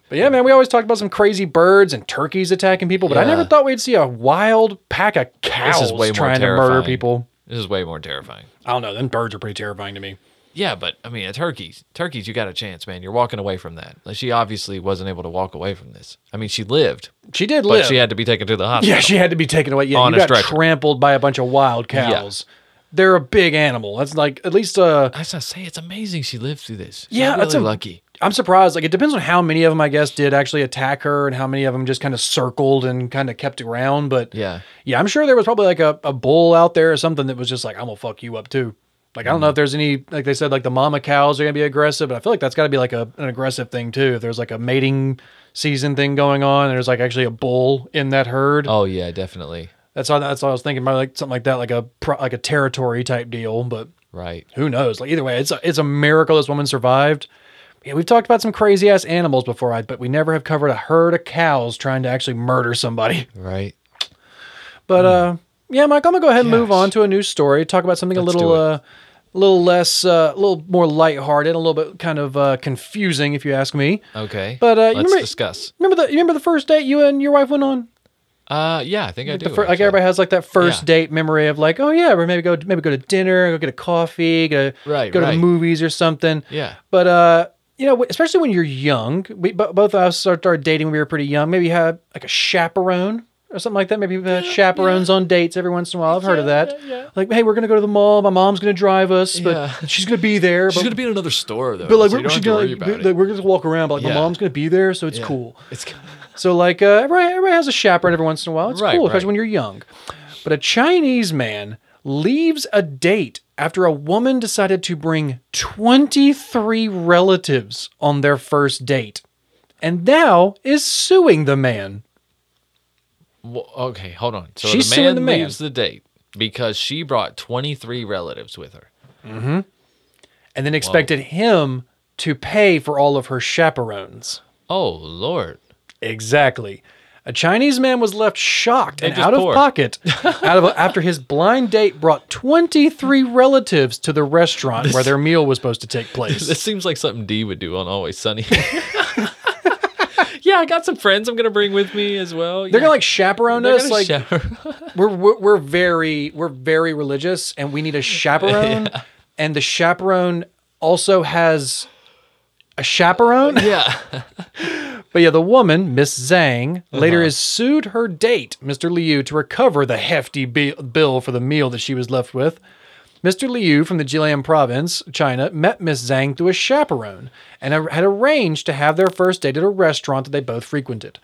S1: But yeah, man, we always talked about some crazy birds and turkeys attacking people, but I never
S2: Yeah.
S1: thought we'd see a wild pack of cows
S2: is way more
S1: trying to murder
S2: terrifying.
S1: people.
S2: this is way more terrifying.
S1: I don't know. Then birds are pretty terrifying to me.
S2: Yeah, but I mean, at turkeys, turkeys, you got a chance, man. You're walking away from that. Like, she obviously wasn't able to walk away from this. I mean, she lived,
S1: She did
S2: but
S1: live.
S2: she had to be taken to the hospital.
S1: yeah, she had to be taken away. Yeah,
S2: On
S1: you
S2: a
S1: got
S2: stretcher.
S1: trampled by a bunch of wild cows. They're a big animal. That's like at least uh
S2: As I say, it's amazing she lived through this. She's
S1: Yeah,
S2: really
S1: that's a-
S2: lucky.
S1: I'm surprised. Like it depends on how many of them I guess did actually attack her and how many of them just kind of circled and kind of kept around. But
S2: Yeah,
S1: yeah, I'm sure there was probably like a, a bull out there or something that was just like I'm gonna fuck you up too. Like I don't know if there's any like they said like the mama cows are gonna be aggressive, but I feel like that's got to be like a, an aggressive thing too. If there's like a mating season thing going on, and there's like actually a bull in that herd.
S2: Oh yeah, definitely.
S1: That's all. That's all I was thinking about, like something like that, like a pro- like a territory type deal. But
S2: Right.
S1: who knows? Like either way, it's a, it's a miracle this woman survived. Yeah, we've talked about some crazy ass animals before, I- but we never have covered a herd of cows trying to actually murder somebody.
S2: Right.
S1: But uh, yeah, Mike, I'm gonna go ahead and move
S2: Hmm. Yes.
S1: on to a new story. Talk about something
S2: Let's
S1: a little
S2: do it.
S1: uh, a little less, uh, a little more lighthearted, a little bit kind of uh, confusing, if you ask me.
S2: Okay.
S1: But, uh, you
S2: let's
S1: remember-
S2: discuss.
S1: Remember the you remember the first date you and your wife went on?
S2: Uh, yeah, I think I
S1: Like,
S2: do.
S1: the fir- like
S2: actually.
S1: everybody has like that first
S2: Yeah.
S1: date memory of like, oh yeah, or maybe go maybe go to dinner, go get a coffee, go
S2: Right,
S1: go to
S2: right.
S1: the movies or something.
S2: Yeah.
S1: But uh, you know, especially when you're young, we bo- both of us started dating when we were pretty young. Maybe you had like a chaperone or something like that. Maybe you've had chaperones on dates every once in a while. I've heard of that. Like, hey, we're gonna go to the mall. My mom's gonna drive us, but
S2: Yeah.
S1: she's gonna be there.
S2: She's
S1: but,
S2: gonna be in another store though.
S1: but like,
S2: so
S1: we're,
S2: you don't
S1: she's
S2: have to worry
S1: gonna
S2: about
S1: like,
S2: it.
S1: like, we're gonna just walk around, but like
S2: Yeah.
S1: my mom's gonna be there, so it's
S2: Yeah.
S1: cool.
S2: It's
S1: So like uh, everybody, everybody has a chaperone every once in a while. It's
S2: Right,
S1: cool, especially
S2: right.
S1: when you're young. But a Chinese man leaves a date after a woman decided to bring 23 relatives on their first date, and now is suing the man.
S2: Well, okay, hold on. So
S1: She's
S2: the
S1: suing
S2: man
S1: the man.
S2: leaves the date because she brought 23 relatives with her.
S1: and then expected him to pay for all of her chaperones.
S2: Oh lord.
S1: Exactly. A Chinese man was left shocked and
S2: just
S1: out
S2: poor.
S1: of pocket out of, after his blind date brought 23 relatives to the restaurant where their meal was supposed to take place.
S2: This seems like something D would do on Always Sunny. yeah, I got some friends I'm gonna bring with me as well.
S1: They're gonna like chaperone us. Like
S2: shower.
S1: we're, we're we're very we're very religious, and we need a chaperone. And the chaperone also has a chaperone.
S2: yeah.
S1: But yeah, the woman, Miss Zhang, later is sued her date, Mr. Liu, to recover the hefty bi- bill for the meal that she was left with. Mr. Liu from the Jilin province, China, met Miss Zhang through a chaperone and ar- had arranged to have their first date at a restaurant that they both frequented.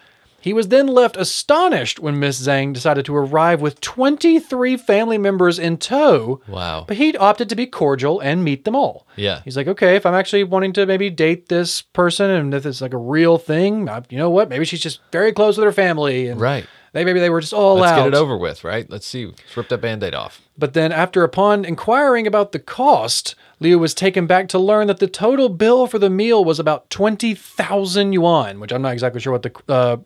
S1: He was then left astonished when Miss Zhang decided to arrive with 23 family members in tow.
S2: Wow.
S1: But he opted to be cordial and meet them all.
S2: Yeah.
S1: He's like, okay, if I'm actually wanting to maybe date this person and if it's like a real thing, I, you know what? Maybe she's just very close with her family. And
S2: Right.
S1: They, maybe they were just all
S2: Let's
S1: out.
S2: get it over with, right? Let's see. Let's rip that band-aid off.
S1: But then, after upon inquiring about the cost, Liu was taken back to learn that the total bill for the meal was about 20,000 yuan, which I'm not exactly sure what the uh,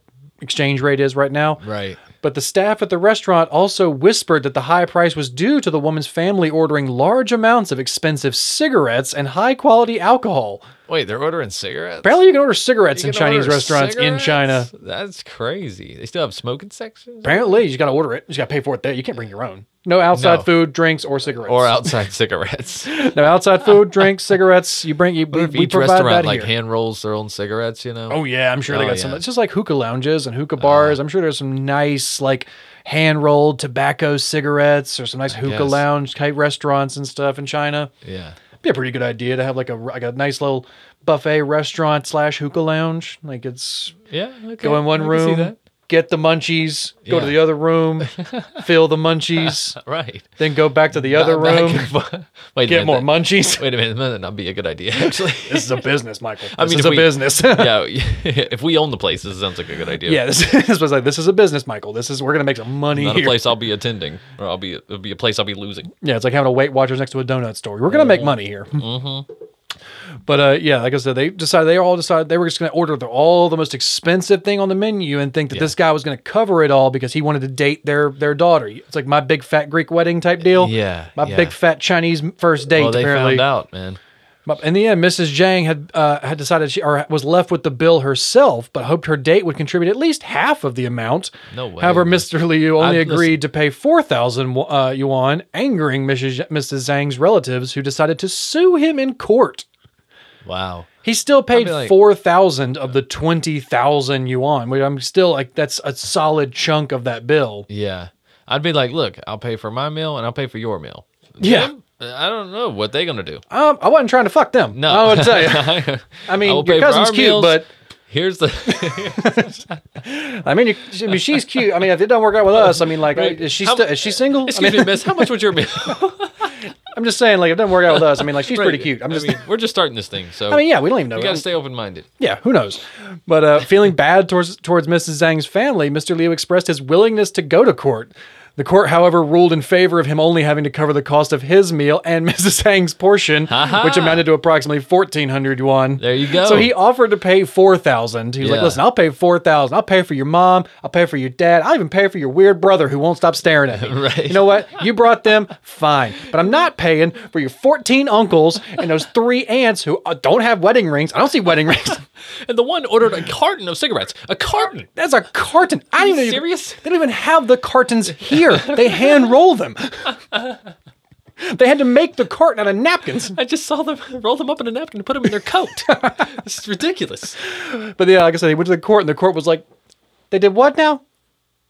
S1: exchange rate is right now.
S2: Right.
S1: But the staff at the restaurant also whispered that the high price was due to the woman's family ordering large amounts of expensive cigarettes and high quality alcohol.
S2: Wait, they're ordering cigarettes?
S1: Apparently, you can order cigarettes
S2: You
S1: in
S2: can
S1: Chinese
S2: order
S1: restaurants in China.
S2: cigarettes? That's crazy. They still have smoking sections?
S1: Apparently, you just got to order it. You just got to pay for it there. You can't bring your own. No outside
S2: No.
S1: food, drinks, or cigarettes.
S2: Or outside cigarettes.
S1: no outside food, drinks, cigarettes. You bring you.
S2: What
S1: We,
S2: if
S1: we
S2: each restaurant
S1: provide that
S2: like
S1: here.
S2: hand rolls their own cigarettes, you know?
S1: Oh yeah, I'm sure they
S2: Oh,
S1: got some.
S2: yeah. Uh-huh.
S1: It's just like hookah lounges and hookah bars. I'm sure there's some nice like hand rolled tobacco cigarettes or some nice hookah
S2: guess.
S1: lounge type restaurants and stuff in China.
S2: Yeah.
S1: be a pretty good idea to have like a like a nice little buffet restaurant slash hookah lounge. Like it's
S2: Yeah. Okay.
S1: go in one
S2: I can see
S1: room,
S2: that.
S1: get the munchies, go to
S2: Yeah.
S1: the other room, fill the munchies,
S2: Right.
S1: then go back to the other
S2: Back
S1: room,
S2: and forth. Wait a
S1: get
S2: minute.
S1: more
S2: that-
S1: munchies.
S2: Wait a minute. That'd not be a good idea, actually.
S1: This is a business, Michael. This
S2: I mean,
S1: is
S2: if
S1: a
S2: we-
S1: business.
S2: yeah. If we own the place, this sounds like a good idea.
S1: yeah, this, this was like this is a business, Michael. This is we're gonna make some money
S2: Not a
S1: here.
S2: place I'll be attending, or I'll be it'll be a place I'll be losing.
S1: Yeah, it's like having a Weight Watchers next to a donut store. We're gonna make money here.
S2: Mm-hmm.
S1: But uh, yeah, like I said, they decided they all decided they were just gonna order the, all the most expensive thing on the menu and think that this guy was gonna cover it all because he wanted to date their their daughter. It's like my big fat Greek wedding type deal.
S2: Yeah,
S1: my
S2: yeah.
S1: big fat Chinese first date.
S2: Well, they
S1: apparently,
S2: found out, man.
S1: But in the end, Mrs. Zhang had uh, had decided she or was left with the bill herself, but hoped her date would contribute at least half of the amount.
S2: No way.
S1: However, Mr. Liu only
S2: I- listen.
S1: agreed to pay four thousand uh, yuan, angering Mrs. Zh- Mrs. Zhang's relatives, who decided to sue him in court.
S2: Wow.
S1: He still paid
S2: be like-
S1: four thousand of the twenty thousand yuan, which I'm still like that's a solid chunk of that bill.
S2: Yeah. I'd be like, look, I'll pay for my meal and I'll pay for your meal.
S1: Yeah.
S2: Them? I don't know what they're gonna do.
S1: Um, I wasn't trying to fuck them.
S2: No,
S1: I would tell you. I mean,
S2: will
S1: your
S2: pay for
S1: cousin's
S2: our
S1: cute,
S2: meals.
S1: but
S2: here's the.
S1: I mean, you, I mean, she's cute. I mean, if it don't work out with us, I mean, like,
S2: Right.
S1: is she
S2: How-
S1: sti- is she single? I
S2: Excuse
S1: mean,
S2: me, miss. How much would your meal?
S1: I'm just saying, like, if it doesn't work out with us, I mean, like, she's pretty
S2: Right.
S1: cute. I'm
S2: I
S1: just,
S2: mean, we're just starting this thing, so
S1: I mean, yeah, we don't even know.
S2: you gotta stay open minded.
S1: yeah, who knows? But uh, feeling bad towards towards Mrs. Zhang's family, Mr. Liu expressed his willingness to go to court. The court, however, ruled in favor of him only having to cover the cost of his meal and Mrs. Zhang's portion,
S2: Ha-ha.
S1: which amounted to approximately fourteen hundred yuan.
S2: There you go.
S1: So he offered to pay four thousand. He was like,
S2: Yeah.
S1: "Listen, I'll pay four thousand. I'll pay for your mom. I'll pay for your dad. I'll even pay for your weird brother who won't stop staring at me.
S2: Right.
S1: You know what? You brought them, fine. But I'm not paying for your fourteen uncles and those three aunts who uh, don't have wedding rings. I don't see wedding rings.
S2: And the one ordered a carton of cigarettes. A carton.
S1: That's a carton. I
S2: you
S1: don't even
S2: serious?
S1: They don't even have the cartons here. They hand roll them. They had to make the carton out of napkins.
S2: I just saw them roll them up in a napkin and put them in their coat. this is ridiculous.
S1: But yeah, like I said, he went to the court, and the court was like, "They did what now?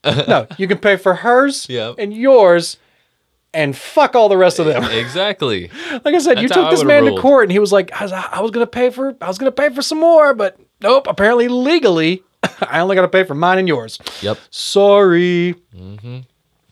S1: no, you can pay for hers
S2: Yeah.
S1: and yours, and fuck all the rest of them."
S2: Exactly.
S1: Like I said, you
S2: That's how
S1: took
S2: I
S1: this
S2: would've
S1: man to
S2: ruled.
S1: court, and he was like, I was, "I was gonna pay for, I was gonna pay for some more, but nope. Apparently, legally, I only gotta pay for mine and yours."
S2: Yep.
S1: sorry.
S2: Mm-hmm.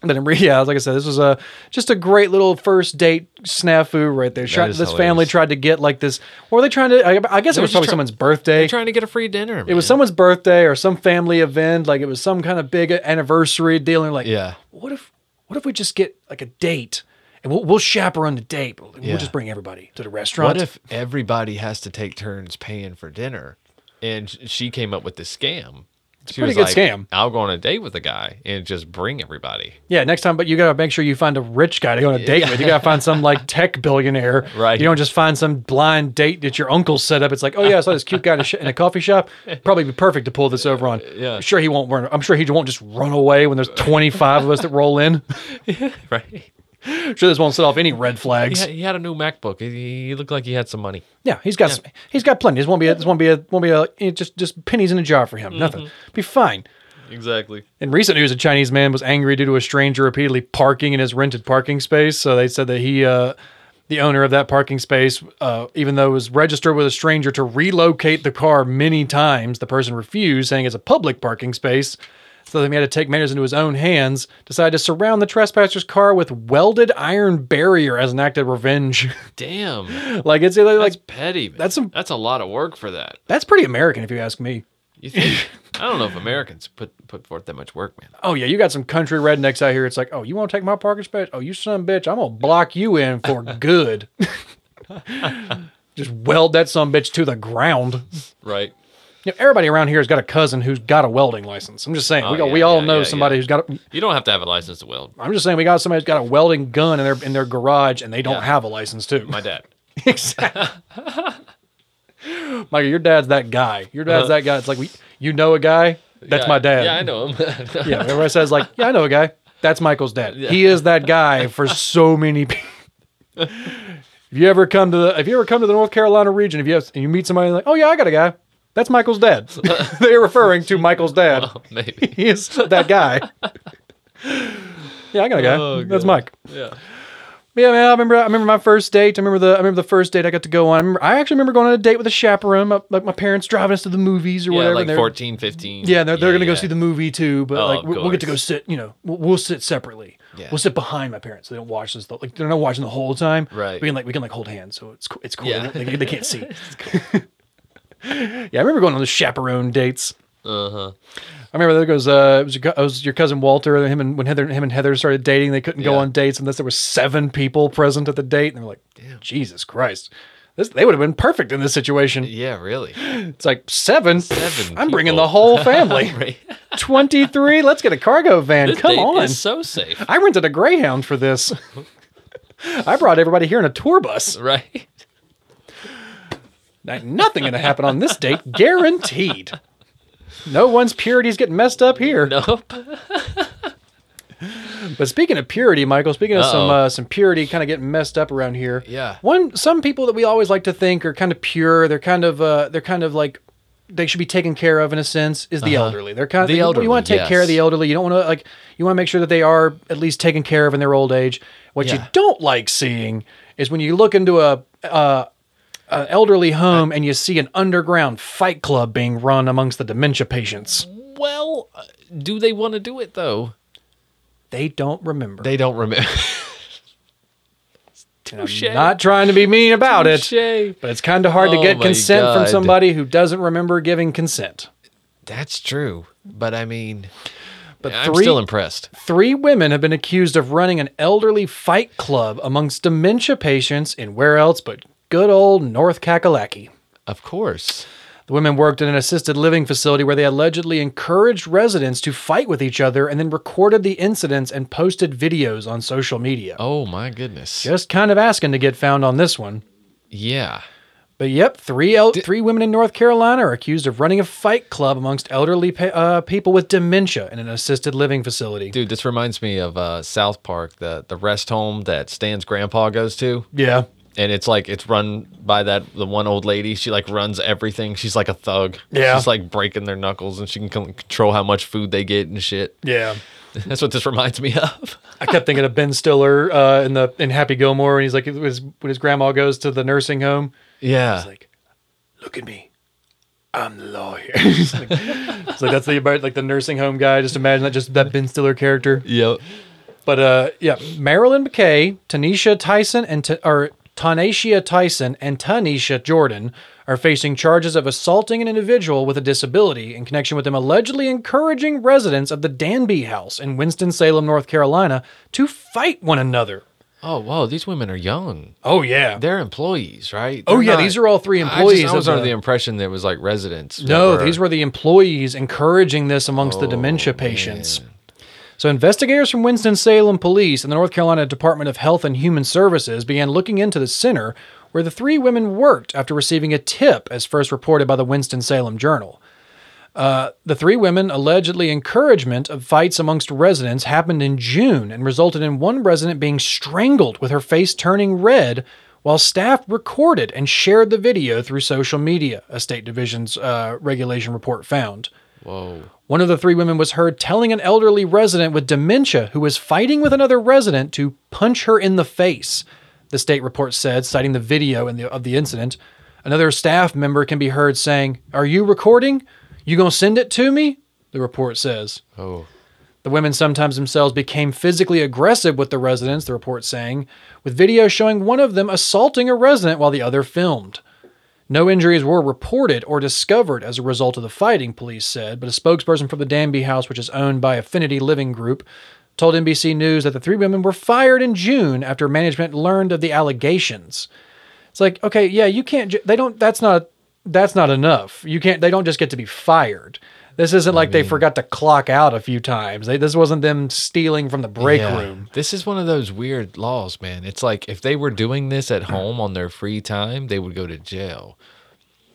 S1: But in re- yeah, like I said, this was a just a great little first date snafu right there. Shot-
S2: is
S1: this family
S2: hilarious.
S1: tried to get like this. What were they trying to? I, I guess it
S2: were
S1: was
S2: just
S1: probably
S2: try-
S1: someone's birthday.
S2: Trying to get a free dinner.
S1: It was someone's birthday or some family event. Like it was some kind of big anniversary deal. And like,
S2: Yeah.
S1: what if what if we just get like a date and we'll, we'll chaperone the date? But we'll
S2: Yeah.
S1: just bring everybody to the restaurant.
S2: What if everybody has to take turns paying for dinner? And sh- she came up with this scam. It's
S1: pretty good scam.
S2: I'll go on a date with a guy and just bring everybody.
S1: Yeah, next time, but you gotta make sure you find a rich guy to go on a date with. You gotta find some like tech billionaire.
S2: Right.
S1: You don't just find some blind date that your uncle set up. It's like, oh yeah, I saw this cute guy in a, sh- in a coffee shop. Probably be perfect to pull this over on.
S2: Uh, Yeah.
S1: I'm sure he won't run. I'm sure he won't just run away when there's 25 of us that roll in.
S2: Right.
S1: I'm sure this won't set off any red
S2: He
S1: flags.
S2: had, he had a new MacBook. He, he looked like he had some money.
S1: Yeah, he's got some- he's got plenty. This won't be a, this won't be a won't be a it just just pennies in a jar for him.
S2: Mm-hmm.
S1: Nothing. Be fine.
S2: Exactly.
S1: In recent news, a Chinese man was angry due to a stranger repeatedly parking in his rented parking space. So they said that he, uh, the owner of that parking space, uh, even though it was registered with a stranger to relocate the car many times, the person refused, saying it's a public parking space. So then he had to take matters into his own hands, decided to surround the trespasser's car with welded iron barrier as an act of revenge.
S2: Damn.
S1: like it's either like
S2: That's petty. man.
S1: that's some-
S2: that's a lot of work for that.
S1: that's pretty American if you ask me.
S2: You think? I don't know if Americans put put forth that much work, man.
S1: Oh yeah, you got some country rednecks out here. It's like, oh, you want to take my parking space? Oh, you son of a bitch, I'm gonna block you in for good. Just weld that son of a bitch to the ground.
S2: Right.
S1: You know, everybody around here has got a cousin who's got a welding license. I'm just saying, we
S2: Oh,
S1: got, we
S2: yeah,
S1: all
S2: yeah,
S1: know
S2: yeah,
S1: somebody
S2: yeah.
S1: who's got. A,
S2: You don't have to have a license to weld.
S1: I'm just saying, we got somebody who's got a welding gun in their in their garage, and they don't
S2: Yeah.
S1: have a license too.
S2: My dad.
S1: exactly. Michael, your dad's that guy. Your dad's that guy. It's like we, you know a guy. That's
S2: Uh-huh. Yeah,
S1: my dad.
S2: Yeah, I know him.
S1: Yeah, everybody says like, yeah, I know a guy. That's Michael's dad. He is that guy for so many people. if you ever come to the if you ever come to the North Carolina region, if you have, and you meet somebody like, oh yeah, I got a guy. That's Michael's dad. They're referring to Michael's dad.
S2: Maybe.
S1: He is that guy. yeah, I got a guy.
S2: Oh,
S1: That's
S2: God.
S1: Mike.
S2: Yeah.
S1: Yeah, man. I remember. I remember my first date. I remember the. I remember the first date I got to go on. I, remember, I actually remember going on a date with a chaperone. My, like my parents driving us to the movies or
S2: Yeah,
S1: whatever.
S2: like
S1: and they're-
S2: 14, 15.
S1: yeah, they're, they're going to go
S2: yeah.
S1: see the movie too, but
S2: Oh,
S1: like
S2: of
S1: we- we'll get to go
S2: course.
S1: sit. You know, we'll, we'll sit separately.
S2: Yeah.
S1: We'll sit behind my parents. so They don't watch this. Like they're not watching the whole time.
S2: Right.
S1: We can like we can like hold hands, so it's cool. It's cool.
S2: Yeah.
S1: They, they can't see. yeah, I remember going on the chaperone dates.
S2: Uh-huh.
S1: I remember there goes uh, it was your, co- it was your cousin Walter and him and when Heather him and Heather started dating, they couldn't go
S2: Yeah.
S1: on dates unless there were seven people present at the date, and they were like, Jesus Christ." This, they would have been perfect in this situation.
S2: Yeah, really.
S1: It's like seven.
S2: Seven
S1: I'm bringing
S2: people.
S1: the whole family. 23 let's get a cargo van
S2: This
S1: come
S2: date
S1: on
S2: is so safe.
S1: i rented a greyhound for this i brought everybody here in a tour bus
S2: Right?
S1: Ain't nothing gonna happen on this date guaranteed no one's purity's getting messed up here
S2: Nope.
S1: but speaking of purity michael speaking of some
S2: Uh-oh.
S1: uh, some purity kind of getting messed up around here
S2: Yeah.
S1: one some people that we always like to think are kind of pure they're kind of uh they're kind of like they should be taken care of in a sense is the
S2: Uh-huh.
S1: elderly. They're kind of
S2: The
S1: You want to
S2: elderly,
S1: take care of the
S2: yes.
S1: elderly. You don't want to like you want to make sure that they are at least taken care of in their old age. What you
S2: Yeah.
S1: don't like seeing is when you look into a uh, an elderly home and you see an underground fight club being run amongst the dementia patients.
S2: Well, uh, do they want to do it though?
S1: They don't remember.
S2: They don't remember.
S1: And I'm
S2: Touche.
S1: not trying to be mean about it,
S2: Touche.
S1: but it's kind of hard to
S2: Oh
S1: get
S2: my
S1: consent from
S2: God.
S1: somebody who doesn't remember giving consent.
S2: That's true. But I mean,
S1: But
S2: I'm
S1: three
S2: still impressed.
S1: Three women have been accused of running an elderly fight club amongst dementia patients in where else but good old North Kakalaki.
S2: Of course.
S1: The women worked in an assisted living facility where they allegedly encouraged residents to fight with each other and then recorded the incidents and posted videos on social media.
S2: Oh my goodness.
S1: Just kind of asking to get found on this one.
S2: Yeah.
S1: But yep, three el- three women in North Carolina are accused of running a fight club amongst elderly pa- uh, people with dementia in an assisted living facility.
S2: Dude, this reminds me of uh, South Park, the the rest home that Stan's grandpa goes to,
S1: Yeah.
S2: and it's like it's run by that the one old lady. She like runs everything. She's like a thug.
S1: Yeah.
S2: she's like breaking their knuckles, and she can con- control how much food they get and shit.
S1: Yeah.
S2: That's what this reminds me of.
S1: I kept thinking of Ben Stiller uh, in the in Happy Gilmore, and he's like, his, when his grandma goes to the nursing home,
S2: Yeah,
S1: he's like, "Look at me, I'm the lawyer." it's like, it's like, that's the about like the nursing home guy. Just imagine that, just that Ben Stiller character.
S2: yep.
S1: But uh, yeah, Marilyn McKay, Tanisha Tyson, and Ta- or Tanasia Tyson and Tanisha Jordan are facing charges of assaulting an individual with a disability in connection with them allegedly encouraging residents of the Danby House in Winston-Salem, North Carolina, to fight one another.
S2: Oh whoa, these women are young.
S1: Oh yeah.
S2: They're employees, right?
S1: Oh
S2: They're
S1: yeah,
S2: not-
S1: these are all three
S2: I,
S1: employees.
S2: just, I
S1: of
S2: was under
S1: the-
S2: the impression that it was like residents. that
S1: no, these were the employees encouraging this amongst the dementia patients. So investigators from Winston-Salem Police and the North Carolina Department of Health and Human Services began looking into the center where the three women worked after receiving a tip as first reported by the Winston-Salem Journal. The three women allegedly encouragement of fights amongst residents happened in June and resulted in one resident being strangled with her face turning red while staff recorded and shared the video through social media, a state division's uh, regulation report found.
S2: Whoa.
S1: One of the three women was heard telling an elderly resident with dementia who was fighting with another resident to punch her in the face. The state report said, citing the video in the, of the incident. Another staff member can be heard saying, Are you recording? You gonna send it to me? The report says.
S2: Oh.
S1: The women sometimes themselves became physically aggressive with the residents, the report saying, with video showing one of them assaulting a resident while the other filmed. No injuries were reported or discovered as a result of the fighting, police said, but a spokesperson for the Danby House, which is owned by Affinity Living Group, told NBC News that the three women were fired in June after management learned of the allegations. It's like, okay, yeah, you can't. Ju- they don't. That's not. That's not enough. You can't. They don't just get to be fired. This isn't like they forgot to clock out a few times. They, this wasn't them stealing from the break
S2: Yeah.
S1: room.
S2: This is one of those weird laws, man. It's like if they were doing this at home on their free time, they would go to jail.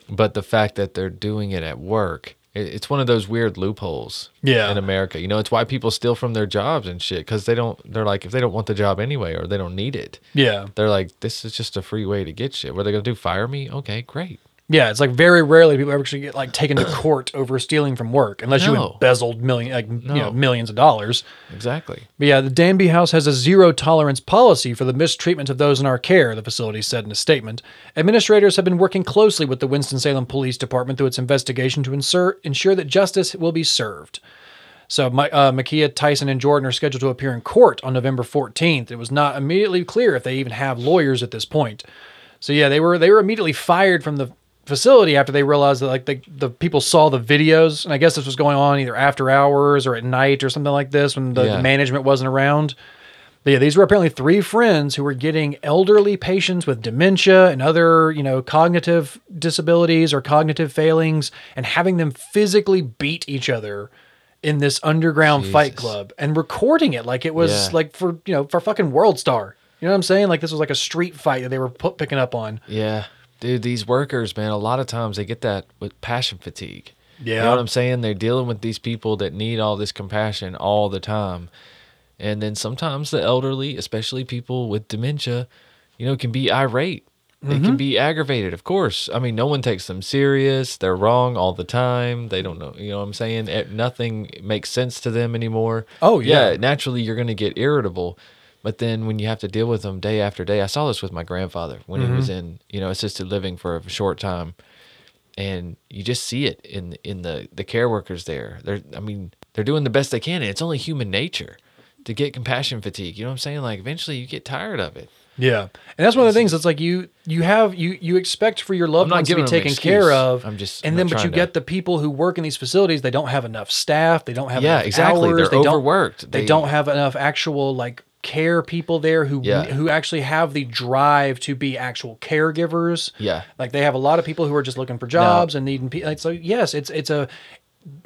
S2: But the fact that they're doing it at work, it, it's one of those weird loopholes
S1: Yeah.
S2: in America. You know, it's why people steal from their jobs and shit because they don't, they're like, if they don't want the job anyway or they don't need it,
S1: Yeah,
S2: they're like, this is just a free way to get shit. What are they going to do? Fire me? Okay, great.
S1: yeah. It's like very rarely people ever actually get like taken to court over stealing from work, unless you
S2: No.
S1: embezzled million like you know
S2: No.
S1: millions of dollars.
S2: Exactly.
S1: But yeah, the Danby House has a zero tolerance policy for the mistreatment of those in our care, the facility said in a statement. Administrators have been working closely with the Winston-Salem Police Department through its investigation to insert, ensure that justice will be served. So, Mi- uh, Makia, Tyson, and Jordan are scheduled to appear in court on November 14th. It was not immediately clear if they even have lawyers at this point. So, yeah, they were they were immediately fired from the facility after they realized that like the, the people saw the videos, and I guess this was going on either after hours or at night or something like this when the, the
S2: Yeah.
S1: management wasn't around. But yeah, these were apparently three friends who were getting elderly patients with dementia and other, you know, cognitive disabilities or cognitive failings and having them physically beat each other in this underground fight
S2: Jesus.
S1: club and recording it like it was
S2: Yeah.
S1: like for, you know, for fucking World Star. You know what I'm saying? Like this was like a street fight that they were pu- picking up on.
S2: Yeah. Dude, these workers, man, a lot of times they get that with passion fatigue. You
S1: Yeah.
S2: know what I'm saying? They're dealing with these people that need all this compassion all the time. And then sometimes the elderly, especially people with dementia, you know, can be irate It
S1: Mm-hmm.
S2: can be aggravated, of course. I mean, no one takes them serious. They're wrong all the time. They don't know, you know what I'm saying? Eh, Nothing makes sense to them anymore.
S1: Oh, yeah.
S2: naturally, you're going to get irritable. But then when you have to deal with them day after day, I saw this with my grandfather when he
S1: Mm-hmm.
S2: was in, you know, assisted living for a short time. And you just see it in in the the care workers there. They're I mean, they're doing the best they can and it's only human nature to get compassion fatigue. You know what I'm saying? Like eventually you get tired of it.
S1: Yeah, and that's one of the things. It's like you you have you you expect for your
S2: I'm
S1: loved
S2: not
S1: ones to be
S2: giving them an
S1: taken
S2: excuse.
S1: care of.
S2: I'm just-
S1: and
S2: I'm
S1: then
S2: not
S1: but you
S2: trying to-
S1: get the people who work in these facilities. They don't have enough staff. They don't have
S2: Yeah,
S1: enough
S2: exactly.
S1: Hours,
S2: They're
S1: they don't-
S2: overworked.
S1: They,
S2: They-
S1: don't have enough actual like care people there who
S2: Yeah.
S1: who actually have the drive to be actual caregivers.
S2: Yeah.
S1: like they have a lot of people who are just looking for jobs and needing. Pe- like, so yes, it's it's a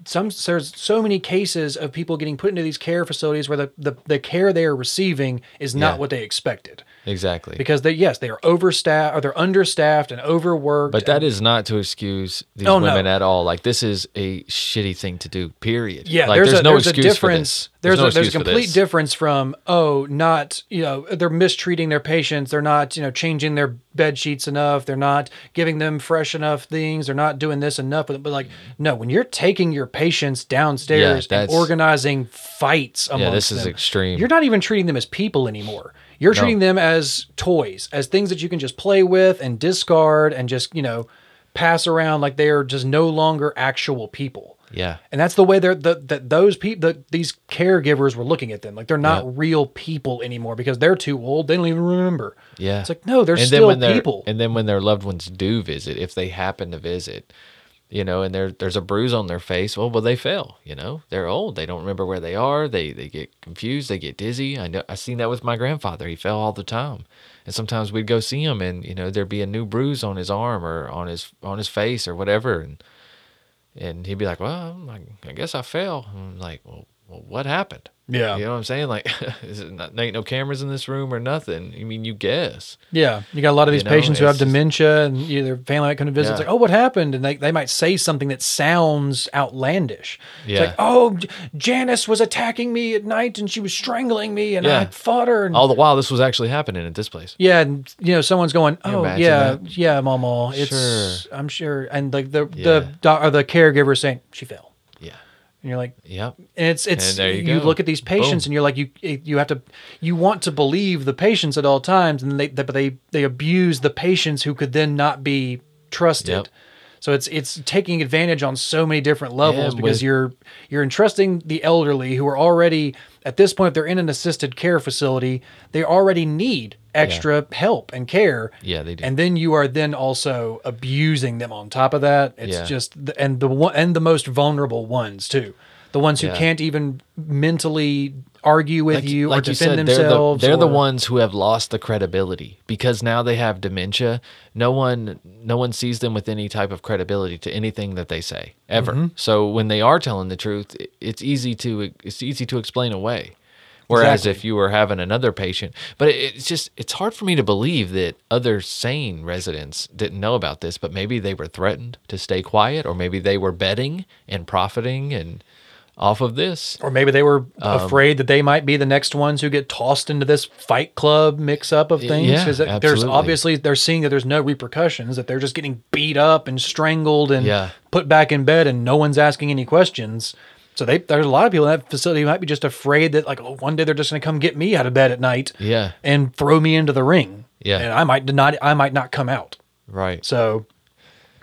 S1: some there's so many cases of people getting put into these care facilities where the, the, the care they are receiving is not
S2: Yeah.
S1: what they expected
S2: Exactly.
S1: because they yes they are overstaffed or they're understaffed and overworked.
S2: But that is not to excuse these
S1: Oh, no.
S2: women at all. Like this is a shitty thing to do. Period.
S1: yeah,
S2: Like,
S1: there's, a,
S2: no
S1: there's a
S2: excuse
S1: difference.
S2: For
S1: There's,
S2: this. no
S1: a, there's a
S2: excuse for
S1: complete
S2: this.
S1: difference from oh not you know they're mistreating their patients. They're not you know changing their bed sheets enough. They're not giving them fresh enough things. They're not doing this enough. But, but like no, when you're taking your patients downstairs and
S2: that's-
S1: organizing fights amongst
S2: Yeah, this is
S1: them,
S2: extreme.
S1: You're not even treating them as people anymore. You're treating them as toys, as things that you can just play with and discard and just, you know, pass around like they are just no longer actual people.
S2: yeah.
S1: And that's the way they're that that those people that these caregivers were looking at them. Like they're not
S2: Yeah.
S1: real people anymore because they're too old. They don't even remember.
S2: Yeah.
S1: It's like, no, they're
S2: and then
S1: still
S2: when their-
S1: people.
S2: And then when their loved ones do visit, if they happen to visit, you know, and there there's a bruise on their face, well, well, they fell. You know, they're old. They don't remember where they are. They they get confused. They get dizzy. I know. I seen that with my grandfather. He fell all the time, and sometimes we'd go see him, and you know, there'd be a new bruise on his arm or on his on his face or whatever, and and he'd be like, well, I'm like, I guess I fell. And I'm like, well, well, what happened?
S1: Yeah.
S2: You know what I'm saying? Like, is it not, there ain't no cameras in this room or nothing. I mean, you guess.
S1: Yeah, you got a lot of these
S2: know,
S1: patients who have
S2: it's just-
S1: dementia, and you know, their family might come to visit. It's
S2: Yeah.
S1: like, oh, what happened? And they, they might say something that sounds outlandish. It's
S2: Yeah.
S1: like, oh, J- Janice was attacking me at night, and she was strangling me, and I
S2: Yeah.
S1: fought her. And,
S2: All the while, this was actually happening at this place.
S1: yeah, and you know, someone's going, oh
S2: imagine
S1: yeah,
S2: that?
S1: yeah, mama, it's I'm sure, and like the
S2: Yeah.
S1: the doc, or the caregiver saying she fell,
S2: Yeah.
S1: and you're like,
S2: Yep.
S1: and it's it's
S2: And there you
S1: you
S2: go.
S1: look at these patients
S2: Boom.
S1: and you're like you you have to you want to believe the patients at all times and they but they they abuse the patients who could then not be trusted.
S2: Yep.
S1: So it's it's taking advantage on so many different levels
S2: And
S1: because
S2: with-
S1: you're you're entrusting the elderly who are already at this point if they're in an assisted care facility they already need extra help and care.
S2: Yeah, they do.
S1: And then you are then also abusing them on top of that. It's
S2: Yeah.
S1: just the, and the one and the most vulnerable ones too, the ones who
S2: Yeah.
S1: can't even mentally argue with you or defend themselves.
S2: They're, the, they're
S1: or-
S2: the ones who have lost the credibility because now they have dementia. No one, no one sees them with any type of credibility to anything that they say ever.
S1: Mm-hmm.
S2: So when they are telling the truth, i- it's easy to e, it's easy to explain away. Whereas
S1: Exactly.
S2: if you were having another patient, but it, it's just it's hard for me to believe that other sane residents didn't know about this, but maybe they were threatened to stay quiet, or maybe they were betting and profiting and off of this.
S1: Or maybe they were
S2: Um,
S1: afraid that they might be the next ones who get tossed into this fight club mix up of things.
S2: yeah,
S1: Because there's
S2: absolutely.
S1: obviously they're seeing that there's no repercussions, that they're just getting beat up and strangled and
S2: Yeah.
S1: put back in bed, and no one's asking any questions. So they, there's a lot of people in that facility who might be just afraid that like oh, one day they're just going to come get me out of bed at night
S2: Yeah.
S1: and throw me into the ring.
S2: Yeah.
S1: and I might not I might not come out.
S2: Right.
S1: So,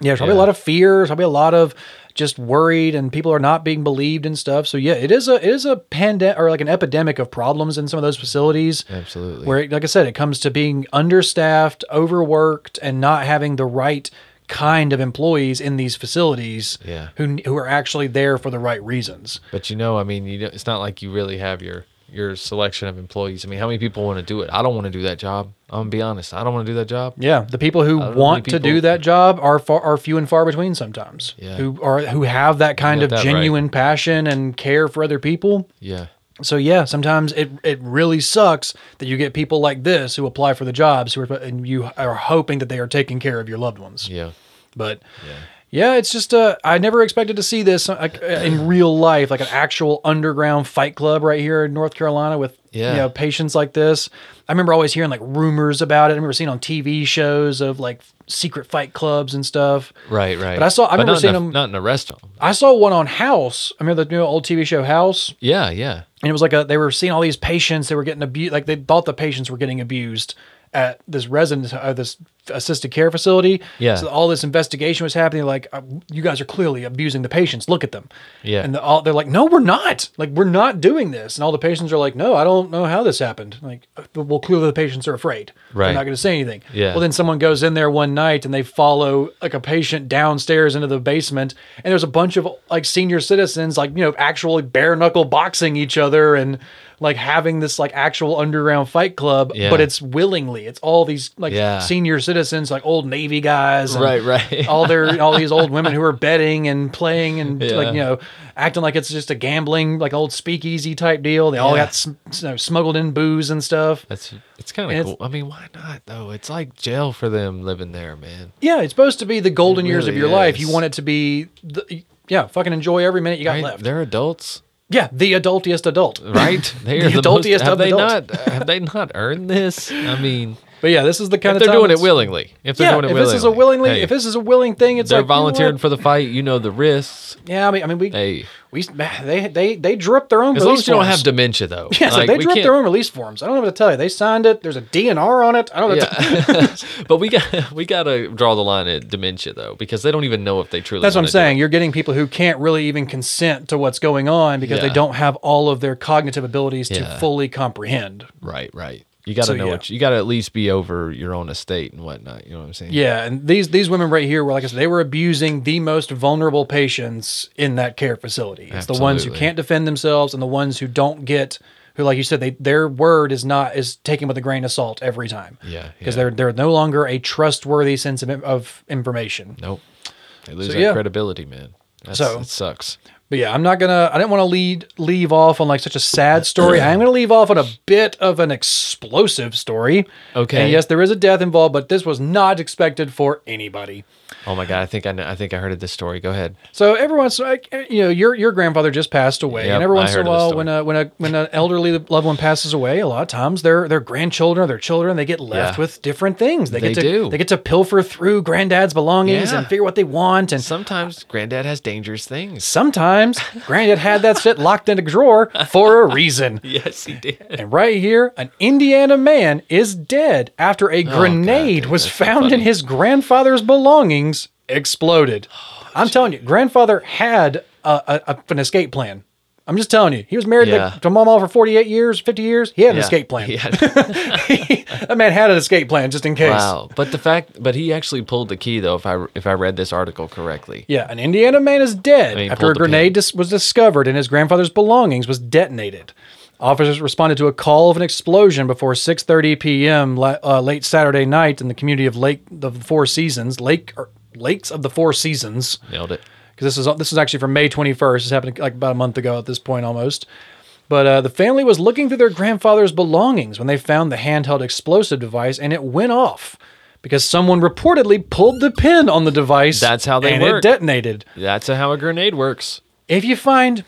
S1: yeah, there's probably a
S2: Yeah.
S1: lot of fear. There's probably a lot of just worried, and people are not being believed and stuff. So yeah, it is a it is a pandemic or like an epidemic of problems in some of those facilities.
S2: Absolutely.
S1: Where, like I said, it comes to being understaffed, overworked, and not having the right kind of employees in these facilities
S2: Yeah.
S1: who who are actually there for the right reasons.
S2: But you know, I mean, you don't, it's not like you really have your your selection of employees. I mean, how many people want to do it? I don't want to do that job. I'm gonna be honest. I don't want to do that job.
S1: Yeah, the people who
S2: don't know
S1: want
S2: many
S1: to do
S2: people-
S1: that job are far, are few and far between sometimes.
S2: Yeah.
S1: Who are who have that kind
S2: got
S1: of
S2: that right.
S1: genuine passion and care for other people.
S2: Yeah.
S1: So yeah, sometimes it it really sucks that you get people like this who apply for the jobs who are and you are hoping that they are taking care of your loved ones.
S2: Yeah.
S1: But
S2: Yeah.
S1: Yeah, it's just uh, I never expected to see this like, uh, in real life, like an actual underground fight club right here in North Carolina with
S2: Yeah.
S1: you know patients like this. I remember always hearing like rumors about it. I remember seeing on TV shows of like secret fight clubs and stuff.
S2: Right, right.
S1: But I saw- I remember
S2: not in
S1: seeing
S2: a-
S1: them-
S2: Not in a restaurant.
S1: I saw one on House. I remember the new old TV show House,
S2: Yeah, yeah.
S1: and it was like a, they were seeing all these patients. They were getting abused. Like they thought the patients were getting abused at this residence, uh, this assisted care facility.
S2: Yeah.
S1: So all this investigation was happening. Like uh, you guys are clearly abusing the patients. Look at them.
S2: Yeah.
S1: And the, all, they're like, no, we're not. Like we're not doing this. And all the patients are like, no, I don't know how this happened. Like, well, clearly the patients are afraid.
S2: Right.
S1: They're not going to say anything.
S2: Yeah.
S1: Well, then someone goes in there one night and they follow like a patient downstairs into the basement, and there's a bunch of like senior citizens, like you know, actually bare knuckle boxing each other and like having this like actual underground fight club,
S2: Yeah.
S1: but it's willingly. It's all these like
S2: Yeah.
S1: senior citizens, like old Navy guys, and
S2: Right, right.
S1: all their all these old women who are betting and playing and
S2: Yeah.
S1: like you know acting like it's just a gambling like old speakeasy type deal. They all
S2: Yeah.
S1: got sm- you know, smuggled in booze and stuff.
S2: That's it's kind
S1: And
S2: of
S1: it's-
S2: cool. I mean, why not though? It's like jail for them living there, man.
S1: Yeah, it's supposed to be the golden
S2: It
S1: years of
S2: really
S1: your life.
S2: is.
S1: You want it to be, the, yeah, fucking enjoy every minute you got
S2: Right? Uh,
S1: left.
S2: They're adults,
S1: Yeah, the adultiest adult.
S2: right? They
S1: The
S2: are the, most,
S1: adultiest
S2: have
S1: of
S2: they
S1: adults.
S2: not have they not earned this? I mean,
S1: But yeah, this is the kind
S2: if
S1: of
S2: they're
S1: time
S2: doing it
S1: that's-
S2: willingly, if they're
S1: Yeah,
S2: doing it
S1: if
S2: willingly,
S1: this is a willingly,
S2: hey,
S1: if this is a willing thing, it's
S2: they're
S1: like you know
S2: volunteering
S1: what?
S2: for the fight, you know the risks.
S1: Yeah, I mean, I mean, we
S2: Hey,
S1: we man, they they they drew up their own
S2: as
S1: release
S2: long as you don't
S1: forms.
S2: have dementia though.
S1: Yeah, it's like,
S2: Like,
S1: they
S2: we
S1: drew up
S2: can't-
S1: their own release forms. I don't know what to tell you. They signed it. There's a DNR on it. I don't know. What to tell you.
S2: Yeah, but we got we got to draw the line at dementia though, because they don't even know if they truly.
S1: That's what I'm
S2: wanna do it.
S1: saying. You're getting people who can't really even consent to what's going on because they
S2: Yeah.
S1: don't have all of their cognitive abilities to
S2: Yeah.
S1: fully comprehend.
S2: Right, right. You got to
S1: So,
S2: know
S1: yeah.
S2: what you, got to at least be over your own estate and whatnot. You know what I'm saying?
S1: Yeah, and these these women right here were like I said, they were abusing the most vulnerable patients in that care facility. It's the ones who
S2: Absolutely.
S1: can't defend themselves and the ones who don't get who, like you said, they their word is not is taken with a grain of salt every time.
S2: Yeah,
S1: because
S2: yeah.
S1: they're they're no longer a trustworthy sense of, of information.
S2: Nope. They lose
S1: So,
S2: that
S1: yeah.
S2: credibility, man. That's,
S1: So-
S2: that sucks.
S1: But yeah, I'm not gonna. I didn't want to lead leave off on like such a sad story. I'm gonna leave off on a bit of an explosive story.
S2: Okay.
S1: And yes, there is a death involved, but this was not expected for anybody.
S2: Oh my god, I think I know, I think I heard of this story. Go ahead.
S1: So every once, like, eh, you know, your your grandfather just passed away,
S2: Yep,
S1: and every
S2: I
S1: once in
S2: heard
S1: a
S2: of this
S1: while,
S2: story.
S1: when a when a when an elderly loved one passes away, a lot of times their their grandchildren, or their children, they get left
S2: Yeah.
S1: with different things. They, get to
S2: They do.
S1: they get to pilfer through granddad's belongings
S2: Yeah.
S1: and figure what they want. And
S2: Sometimes granddad has dangerous things.
S1: sometimes granddad had that shit locked in a drawer for a reason.
S2: Yes, he did.
S1: And right here, an Indiana man is dead after a grenade
S2: Oh, dude,
S1: was
S2: that's so
S1: found in
S2: funny.
S1: his grandfather's belongings exploded.
S2: Oh,
S1: I'm telling you, grandfather had a, a, a- an escape plan. I'm just telling you, he was married
S2: Yeah.
S1: to, to mama for 48 years, 50 years. He had an
S2: Yeah.
S1: escape plan.
S2: Yeah.
S1: that man had an escape plan just in case.
S2: wow. But the fact, but he actually pulled the key though. If I if I read this article correctly.
S1: Yeah, an Indiana man is dead
S2: mean,
S1: after a
S2: pulled the
S1: grenade dis- was discovered and his grandfather's belongings was detonated. Officers responded to a call of an explosion before 6:30 p.m. La- uh, late Saturday night in the community of Lake of the Four Seasons, Lake or Lakes of the Four Seasons,
S2: Nailed it.
S1: because this is this is actually from May 21st. This happened like about a month ago at this point almost. But uh, the family was looking through their grandfather's belongings when they found the handheld explosive device, and it went off because someone reportedly pulled the pin on the device.
S2: That's how they
S1: and
S2: work.
S1: it detonated.
S2: That's how a grenade works.
S1: If you find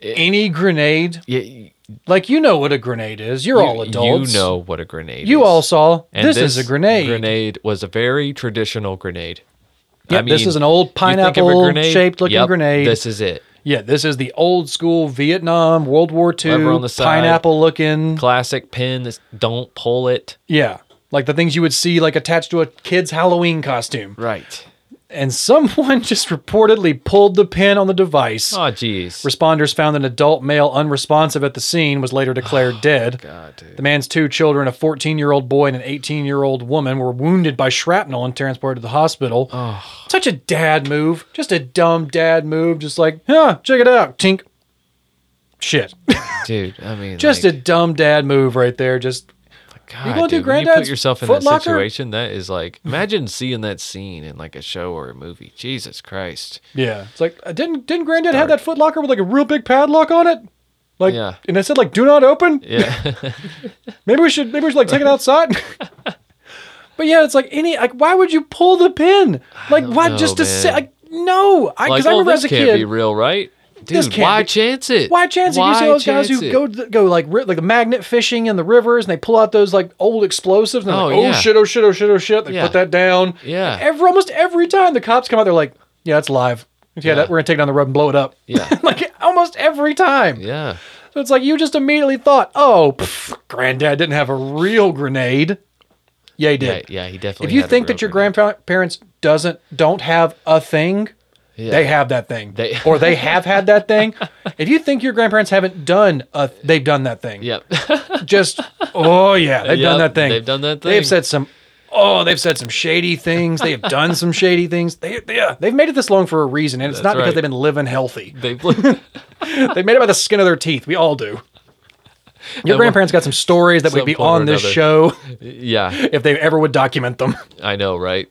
S2: Eh.
S1: any grenade,
S2: You, you,
S1: like you know what a grenade is, you're all adults.
S2: You know what a grenade is.
S1: You all saw this, is a grenade.
S2: Grenade was a very traditional grenade.
S1: Yep, this is an old
S2: you think of a
S1: pineapple
S2: grenade,
S1: shaped looking
S2: yep,
S1: grenade.
S2: This is it.
S1: Yeah, this is the old school Vietnam World War II
S2: Lever on the side.
S1: pineapple looking.
S2: Classic pin. This, don't pull it.
S1: Yeah. Like the things you would see like attached to a kid's Halloween costume.
S2: Right.
S1: And someone just reportedly pulled the pin on the device.
S2: Oh, jeez.
S1: Responders found an adult male unresponsive at the scene was later declared dead.
S2: God, dude.
S1: The man's two children, a 14 year old boy and an 18 year old woman, were wounded by shrapnel and transported to the hospital. Such a dad move. Just a dumb dad move. Just like, huh, check it out. Tink. Shit.
S2: Dude, I mean,
S1: just
S2: like,
S1: a dumb dad move right there. Just,
S2: God,
S1: you gonna do
S2: dude, when you
S1: Granddad's
S2: put yourself in
S1: Foot
S2: that
S1: Locker?
S2: situation, that is like, imagine seeing that scene in like a show or a movie. Jesus Christ.
S1: yeah. It's like, uh, didn't didn't granddad have that footlocker with like a real big padlock on it? Like,
S2: Yeah.
S1: and it said like, do not open?
S2: Yeah.
S1: Maybe we should maybe we should like take it outside. but yeah, it's like any like why would you pull the pin? Like
S2: don't
S1: why
S2: know,
S1: just to say
S2: man.
S1: like No, I because
S2: Like,
S1: I
S2: oh,
S1: remember
S2: this
S1: as a
S2: can't be
S1: kid.
S2: real, right? Dude,
S1: This can't
S2: why
S1: be-
S2: chance it?
S1: Why chance it? You see
S2: Why
S1: those guys who
S2: chance it?
S1: go to, go like ri- like the magnet fishing in the rivers, and they pull out those like old explosives, and they're
S2: Oh,
S1: like, oh
S2: yeah.
S1: shit, oh shit, oh shit, oh shit. They
S2: Yeah.
S1: put that down.
S2: Yeah.
S1: Every almost every time the cops come out, they're like, yeah, it's live. Yeah, That, we're gonna take it on the road and blow it up.
S2: Yeah.
S1: like almost every time.
S2: Yeah.
S1: So it's like you just immediately thought, oh, pff, granddad didn't have a real grenade. Yeah, he did.
S2: Yeah, yeah, he definitely.
S1: if you
S2: had a
S1: think that your
S2: real grenade.
S1: grandparents doesn't don't have a thing,
S2: Yeah.
S1: they have that thing,
S2: They-
S1: or they have had that thing. If you think your grandparents haven't done a, they've done that thing.
S2: Yep.
S1: Just oh yeah, they've done
S2: Yep,
S1: that thing.
S2: they've done that
S1: They've
S2: thing.
S1: said some. Oh, they've said some shady things. They have done some shady things. They, they, yeah, they've made it this long for a reason, and it's not because
S2: right.
S1: they've been living healthy.
S2: they blew.
S1: They made it by the skin of their teeth. We all do. Your
S2: one-
S1: grandparents got some stories that would
S2: some
S1: be
S2: point or
S1: on this
S2: another.
S1: show
S2: yeah,
S1: if they ever would document them.
S2: I know, right?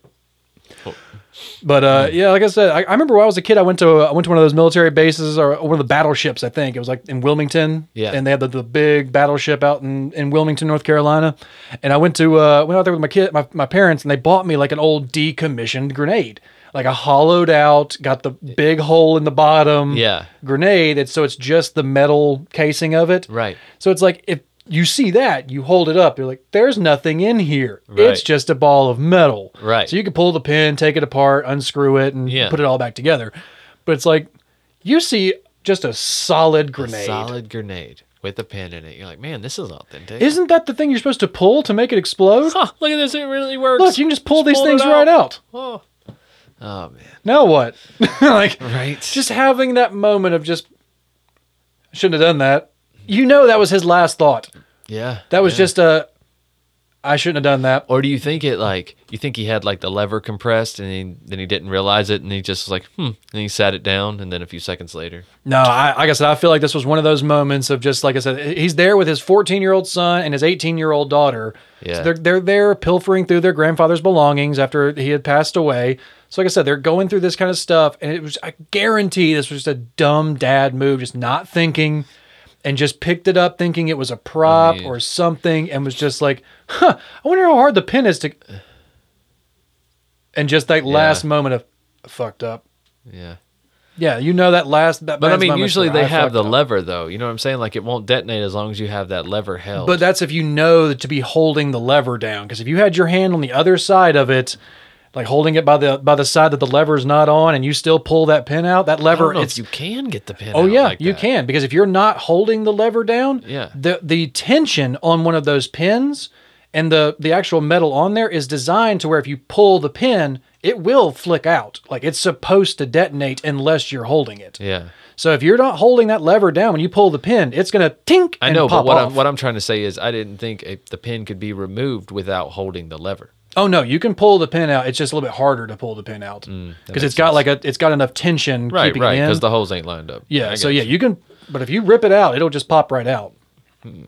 S1: But uh, yeah, like I said, I, I remember when I was a kid, I went to I went to one of those military bases or one of the battleships. I think it was like in Wilmington.
S2: Yeah.
S1: And they had the, the big battleship out in, in Wilmington, North Carolina. And I went to uh, went out there with my kid, my, my parents, and they bought me like an old decommissioned grenade, like a hollowed out, got the big hole in the bottom.
S2: Yeah.
S1: Grenade. It's so it's just the metal casing of it.
S2: Right.
S1: So it's like if you see that, you hold it up, you're like, there's nothing in here.
S2: Right.
S1: It's just a ball of metal.
S2: Right.
S1: So you can pull the pin, take it apart, unscrew it, and
S2: Yeah.
S1: put it all back together. But it's like you see just a solid grenade.
S2: Solid grenade with a pin in it. You're like, man, this is authentic.
S1: Isn't that the thing you're supposed to pull to make it explode?
S2: Huh, look at this. It really works.
S1: Look, you can just pull these
S2: pull it
S1: things right out.
S2: Oh. oh man.
S1: Now what? like
S2: Right.
S1: just having that moment of just shouldn't have done that. You know that was his last thought.
S2: yeah.
S1: That was
S2: yeah.
S1: just a I shouldn't have done that.
S2: Or do you think it like you think he had like the lever compressed and he, then he didn't realize it and he just was like hmm and he sat it down and then a few seconds later
S1: No, I, like I said, I feel like this was one of those moments of just like I said, he's there with his 14 year old son and his 18 year old daughter.
S2: Yeah.
S1: So they're they're there pilfering through their grandfather's belongings after he had passed away. So like I said, they're going through this kind of stuff, and it was I guarantee this was just a dumb dad move, just not thinking, and just picked it up thinking it was a prop
S2: mean-
S1: or something, and was just like, huh, I wonder how hard the pin is to. And just that last moment of fucked up.
S2: yeah
S1: Yeah, you know that last. That
S2: but I
S1: man's
S2: mean
S1: moment's
S2: usually
S1: where
S2: they
S1: I
S2: have
S1: fucked
S2: the
S1: up.
S2: lever though you know what I'm saying like it won't detonate as long as you have that lever held
S1: But that's if you know to be holding the lever down. Because if you had your hand on the other side of it, like holding it by the by the side that the lever's not on, and you still pull that pin out, that
S2: I don't
S1: lever
S2: know if
S1: it's
S2: you can get the pin
S1: oh
S2: out
S1: yeah,
S2: like
S1: you
S2: that.
S1: can because if you're not holding the lever down,
S2: Yeah.
S1: the the tension on one of those pins and the the actual metal on there is designed to where if you pull the pin, it will flick out. Like it's supposed to detonate unless you're holding it.
S2: yeah
S1: So if you're not holding that lever down when you pull the pin, it's gonna tink.
S2: I
S1: and
S2: know, but
S1: pop
S2: what
S1: off.
S2: I'm, what I'm trying to say is I didn't think a, the pin could be removed without holding the lever.
S1: Oh no, you can pull the pin out. It's just a little bit harder to pull the pin out
S2: Mm,
S1: because it's got like a it's got enough tension
S2: Right,
S1: keeping
S2: right,
S1: it in.
S2: because the holes ain't lined up.
S1: yeah,
S2: I
S1: so
S2: got
S1: yeah,
S2: you.
S1: you can. But if you rip it out, it'll just pop right out.
S2: Hmm.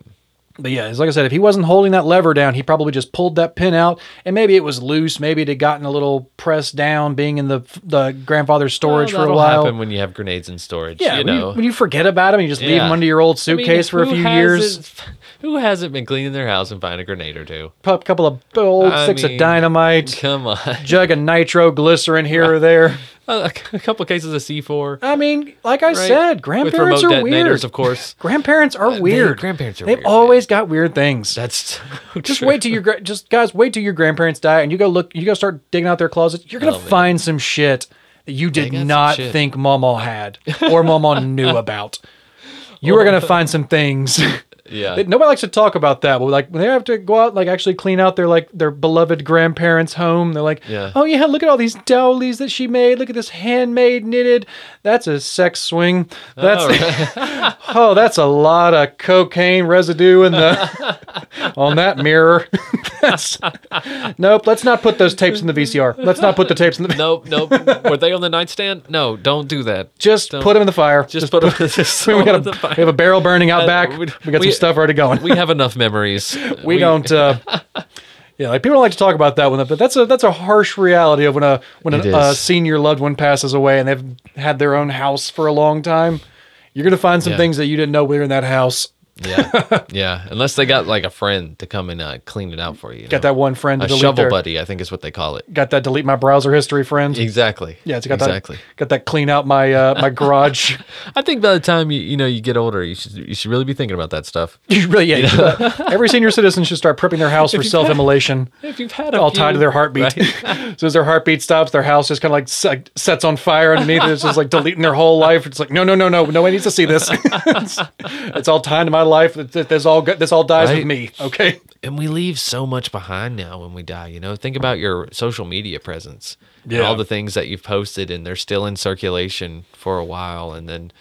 S1: But yeah, it's like I said, if he wasn't holding that lever down, he probably just pulled that pin out, and maybe it was loose. Maybe it had gotten a little pressed down, being in the the grandfather's
S2: Well,
S1: storage for a
S2: that'll
S1: while.
S2: happen when you have grenades in storage.
S1: Yeah,
S2: you
S1: when, you,
S2: know.
S1: when you forget about him, you just leave
S2: Yeah.
S1: him under your old
S2: I mean,
S1: suitcase for a
S2: who
S1: few years.
S2: hasn't- Who hasn't been cleaning their house and find a grenade or two?
S1: A couple of old
S2: I
S1: sticks of
S2: mean,
S1: dynamite,
S2: Come on,
S1: jug of nitroglycerin here or there.
S2: a, a couple cases of C4.
S1: I mean, like I
S2: Right.
S1: said,
S2: With
S1: grandparents
S2: remote
S1: are
S2: detonators,
S1: weird.
S2: of course.
S1: Grandparents are
S2: they-
S1: weird.
S2: grandparents are
S1: They've
S2: weird,
S1: always got weird things.
S2: That's so
S1: just
S2: true.
S1: wait till your gra- just guys wait till your grandparents die and you go look you go start digging out their closets. You're gonna
S2: Oh, man.
S1: find some shit that you did
S2: got some
S1: not
S2: shit.
S1: think Mama had or Mama knew about. You are gonna find some things.
S2: Yeah.
S1: that- Nobody likes to talk about that, but like when they have to go out and, like actually clean out their like their beloved grandparents' home, they're like,
S2: Yeah.
S1: "Oh yeah, look at all these dowlies that she made. Look at this handmade knitted. That's a sex swing. That's oh, that's a lot of cocaine residue in the on that mirror. That's- nope. Let's not put those tapes in the VCR. Let's not put the tapes in the.
S2: Nope, nope. Were they on the nightstand? No, don't do that.
S1: Just put them in the fire.
S2: Just put 'em- just
S1: we,
S2: throw
S1: got
S2: 'em in
S1: a,
S2: the fire.
S1: we have a barrel burning out
S2: Uh,
S1: back. We,
S2: we-
S1: got some
S2: we-
S1: stuff already going.
S2: We have enough memories.
S1: we, don't uh yeah like people don't like to talk about that one but that's a that's a harsh reality of when a when
S2: It
S1: a uh,
S2: is.
S1: senior loved one passes away and they've had their own house for a long time you're gonna find some
S2: Yeah.
S1: things that you didn't know were in that house
S2: Yeah, yeah. Unless they got like a friend to come and uh, clean it out for you. you
S1: Got
S2: know?
S1: that one friend to
S2: a
S1: delete
S2: shovel
S1: their-
S2: buddy, I think is what they call it.
S1: Got that delete my browser history friend.
S2: Exactly.
S1: Yeah, it's got
S2: exactly.
S1: that. Got that clean out my uh, my garage.
S2: I think by the time you you know you get older, you should you should really be thinking about that stuff.
S1: you really, yeah. you know that. every senior citizen should start prepping their house for self immolation.
S2: If you've had
S1: All tied to their heartbeat. so as their heartbeat stops, their house just kind of like se- sets on fire underneath. it. It's just like deleting their whole life. It's like no, no, no, no. No one needs to see this. it's, it's all tied to my life. It- it- This all go- this all dies with
S2: Right.
S1: me. Okay.
S2: and we leave so much behind now when we die. You know, think about your social media presence, and
S1: Yeah.
S2: all the things that you've posted, and they're still in circulation for a while, and then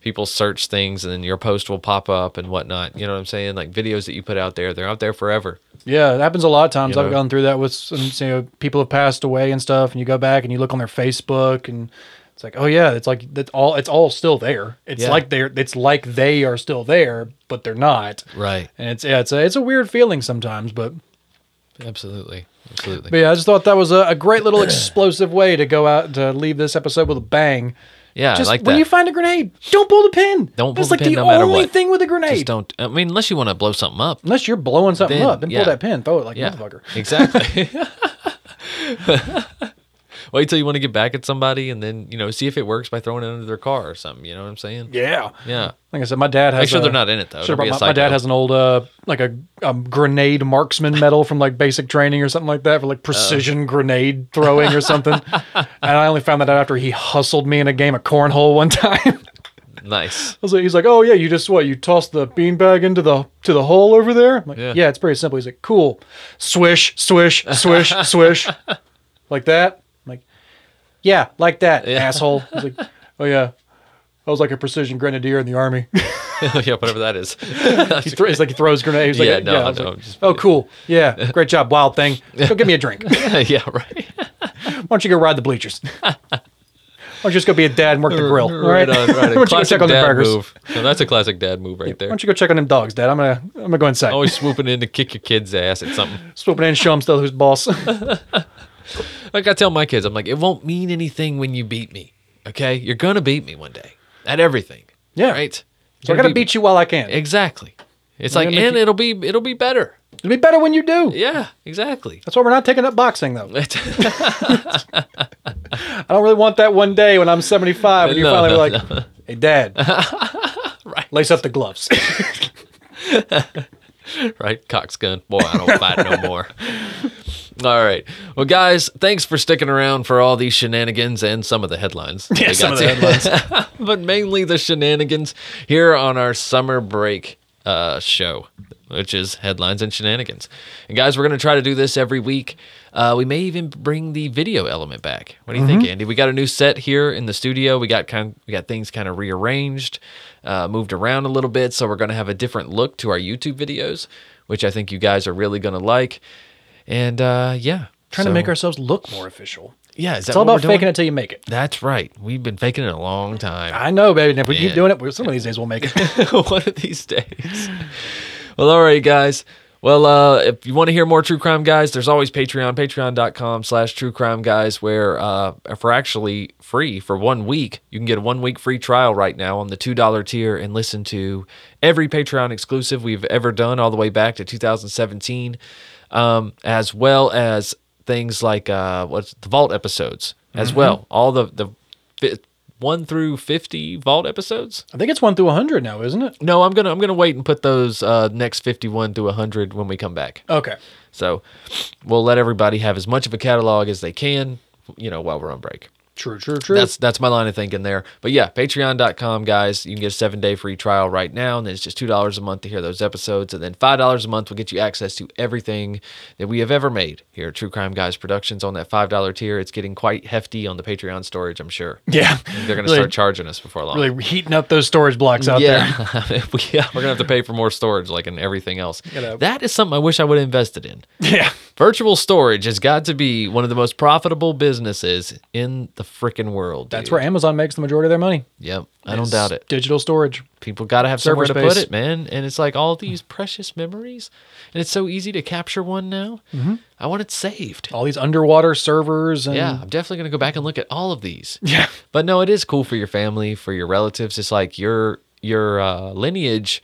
S2: people search things, and then your post will pop up and whatnot. You know what I'm saying? Like videos that you put out there, they're out there forever.
S1: Yeah, it happens a lot of times.
S2: You
S1: I've
S2: know?
S1: gone through that with some, you know, people have passed away and stuff, and you go back and you look on their Facebook, and it's like, oh yeah, it's like that's all. It's all still there. It's
S2: Yeah.
S1: like they're. It's like they are still there, but they're not.
S2: Right.
S1: And it's yeah, it's a it's a weird feeling sometimes, but
S2: Absolutely. Absolutely.
S1: but yeah, I just thought that was a, a great little explosive way to go out to leave this episode with a bang.
S2: yeah,
S1: Just
S2: Ah, I like
S1: when
S2: that.
S1: you find a grenade, don't pull the pin.
S2: Don't
S1: That's
S2: pull
S1: like
S2: the pin
S1: the
S2: no matter
S1: only
S2: what.
S1: thing with a
S2: Just
S1: grenade.
S2: don't. I mean, unless you want to blow something up.
S1: Unless you're blowing something
S2: Then,
S1: up, then
S2: yeah.
S1: pull that pin, throw it like a
S2: Yeah.
S1: motherfucker.
S2: Exactly. Wait till you want to get back at somebody, and then you know, see if it works by throwing it under their car or something. You know what I'm saying?
S1: Yeah.
S2: Yeah.
S1: Like I said, my dad has.
S2: Make sure
S1: a-
S2: they're not in it though.
S1: Should've
S2: Don't be a
S1: brought my, my dad
S2: psycho.
S1: has an old uh like a um, grenade marksman medal from like basic training or something like that for
S2: Oh.
S1: like precision grenade throwing or something. and I only found that out after he hustled me in a game of cornhole one time.
S2: nice.
S1: I was like, he's like, oh yeah, you just what? You toss the beanbag into the to the hole over there? I'm like, yeah.
S2: Yeah.
S1: it's pretty simple. He's like, cool. Swish, swish, swish, swish, like that. I'm like, yeah, like that, asshole. He's like, oh yeah, I was like a precision grenadier in the army.
S2: yeah, whatever that is.
S1: he throws like he throws grenades. Like,
S2: Yeah, no,
S1: I was
S2: no,
S1: like,
S2: just-
S1: oh, cool. Yeah, great job, wild thing. Go give me a drink. Why
S2: yeah, right.
S1: don't you go ride the bleachers? Why don't you just go be a dad and work the grill? All right.
S2: on,
S1: Why
S2: right
S1: don't you
S2: on.
S1: go
S2: Classic
S1: check on the
S2: dad
S1: burgers?
S2: move. No, that's a classic dad move right
S1: Why
S2: there.
S1: don't you go check on them dogs, Dad? I'm gonna I'm gonna go inside.
S2: Always swooping in to kick your kid's ass at something.
S1: Swooping in and show him still who's boss.
S2: Like I tell my kids, I'm like, it won't mean anything when you beat me. Okay, you're gonna beat me one day at everything.
S1: Yeah.
S2: right.
S1: so I gotta beat you while I can.
S2: you. exactly. It's like,
S1: gonna make
S2: and it'll be it'll be better.
S1: It'll be better when you do.
S2: Yeah, exactly.
S1: That's why we're not taking up boxing though.
S2: That's-
S1: I don't really want that one day when I'm 75 and you
S2: No,
S1: finally
S2: no,
S1: like, hey Dad, lace up the gloves.
S2: right? Coxgun. Boy, I don't fight no more. All right. Well, guys, thanks for sticking around for all these shenanigans and some of the headlines.
S1: Yeah,
S2: We
S1: some
S2: got
S1: of the
S2: to- but mainly the shenanigans here on our summer break uh, show, which is headlines and shenanigans. And guys, we're going to try to do this every week. Uh, we may even bring the video element back. What do you
S1: Mm-hmm.
S2: think, Andy? We got a new set here in the studio. We got kind, we got things kind of rearranged, uh, moved around a little bit. So we're going to have a different look to our YouTube videos, which I think you guys are really going to like. And uh, yeah,
S1: Trying to
S2: So-
S1: make ourselves look more official.
S2: yeah. Is that
S1: It's all
S2: what we're
S1: about faking
S2: doing?
S1: it till you make it.
S2: That's right. We've been faking it a long time.
S1: I know, baby. And if we keep
S2: Yeah.
S1: doing it, we- some of these days we'll make it.
S2: one of these days. well, all right, guys. Well, uh, if you want to hear more true crime guys, there's always Patreon, patreon.com slash true crime guys, where uh, for actually free for one week, you can get a one week free trial right now on the $2 tier and listen to every Patreon exclusive we've ever done all the way back to 2017, um, as well as things like uh, what's the vault episodes as well. All the, the fi- one through 50 vault episodes.
S1: I think it's one through 100 now, isn't it?
S2: No, I'm gonna I'm gonna wait and put those uh, next 51 through 100 when we come back.
S1: Okay.
S2: So we'll let everybody have as much of a catalog as they can, you know, while we're on break.
S1: True, true, true.
S2: That's that's my line of thinking there. But yeah, Patreon.com guys, you can get a seven day free trial right now, and then it's just two dollars a month to hear those episodes, and then five dollars a month will get you access to everything that we have ever made here at True Crime Guys Productions on that five dollar tier. It's getting quite hefty on the Patreon storage, I'm sure.
S1: yeah.
S2: They're gonna
S1: Really-
S2: start charging us before long.
S1: Really heating up those storage blocks out there.
S2: yeah. We- yeah, we're gonna have to pay for more storage, like in everything else.
S1: Gotta-
S2: That is something I wish I would have invested in.
S1: Yeah.
S2: Virtual storage has got to be one of the most profitable businesses in the freaking world.
S1: That's
S2: dude.
S1: where Amazon makes the majority of their money.
S2: Yep, I don't
S1: It's
S2: doubt it.
S1: Digital storage.
S2: People got to have somewhere
S1: Server
S2: to put
S1: space.
S2: it, man. And it's like all these precious memories, and it's so easy to capture one now. I want it saved.
S1: All these underwater servers Mm-hmm. and
S2: Yeah, I'm definitely gonna go back and look at all of these.
S1: Yeah.
S2: But no, it is cool for your family, for your relatives. It's like your your uh, lineage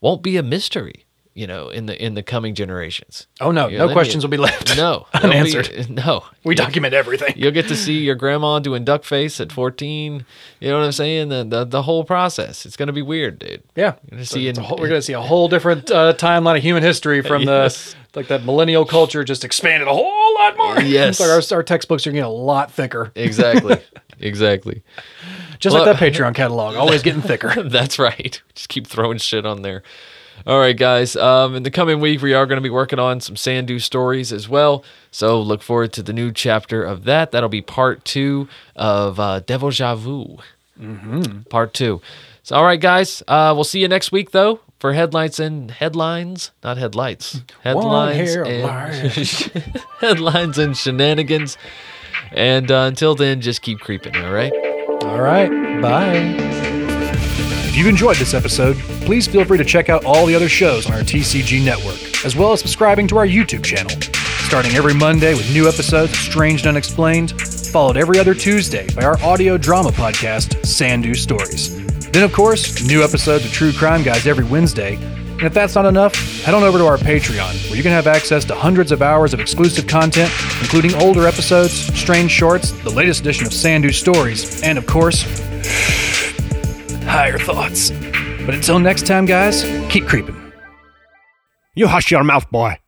S2: won't be a mystery, you know, in the in the coming generations.
S1: Oh no,
S2: Your
S1: no
S2: lineage-
S1: questions will be left.
S2: No, they'll be-
S1: Unanswered.
S2: no,
S1: we document everything.
S2: You'll get to see your grandma doing duck face at 14. You know what I'm saying? The the, the whole process. It's gonna be weird, dude.
S1: Yeah,
S2: You're gonna
S1: So
S2: see
S1: it's a
S2: in-
S1: whole- we're going to see a whole different uh, timeline of human history from
S2: Yes.
S1: the like that millennial culture just expanded a whole lot more.
S2: Yes.
S1: It's like our, our textbooks are getting a lot thicker,
S2: Exactly. exactly.
S1: just
S2: Well-
S1: like that Patreon catalog, always getting thicker.
S2: That's right. Just keep throwing shit on there. All right, guys. Um, in the coming week, we are going to be working on some sand dune stories as well. So look forward to the new chapter of that. That'll be part two of uh, Deja Vu. Part two. So, all right, guys. Uh, we'll see you next week, though, for headlights and headlines, not headlights. Headlines
S1: hair
S2: and headlines and shenanigans. And uh, until then, just keep creeping. All right.
S1: All right, bye. If you've enjoyed this episode, please feel free to check out all the other shows on our TCG network, as well as subscribing to our YouTube channel. Starting every Monday with new episodes of Strange and Unexplained, followed every other Tuesday by our audio drama podcast, Sandu Stories. Then, of course, new episodes of True Crime Guys every Wednesday. And if that's not enough, head on over to our Patreon, where you can have access to hundreds of hours of exclusive content, including older episodes, strange shorts, the latest edition of Sandu Stories, and, of course, higher thoughts. But until next time, guys, keep creeping.
S3: You hush your mouth, boy.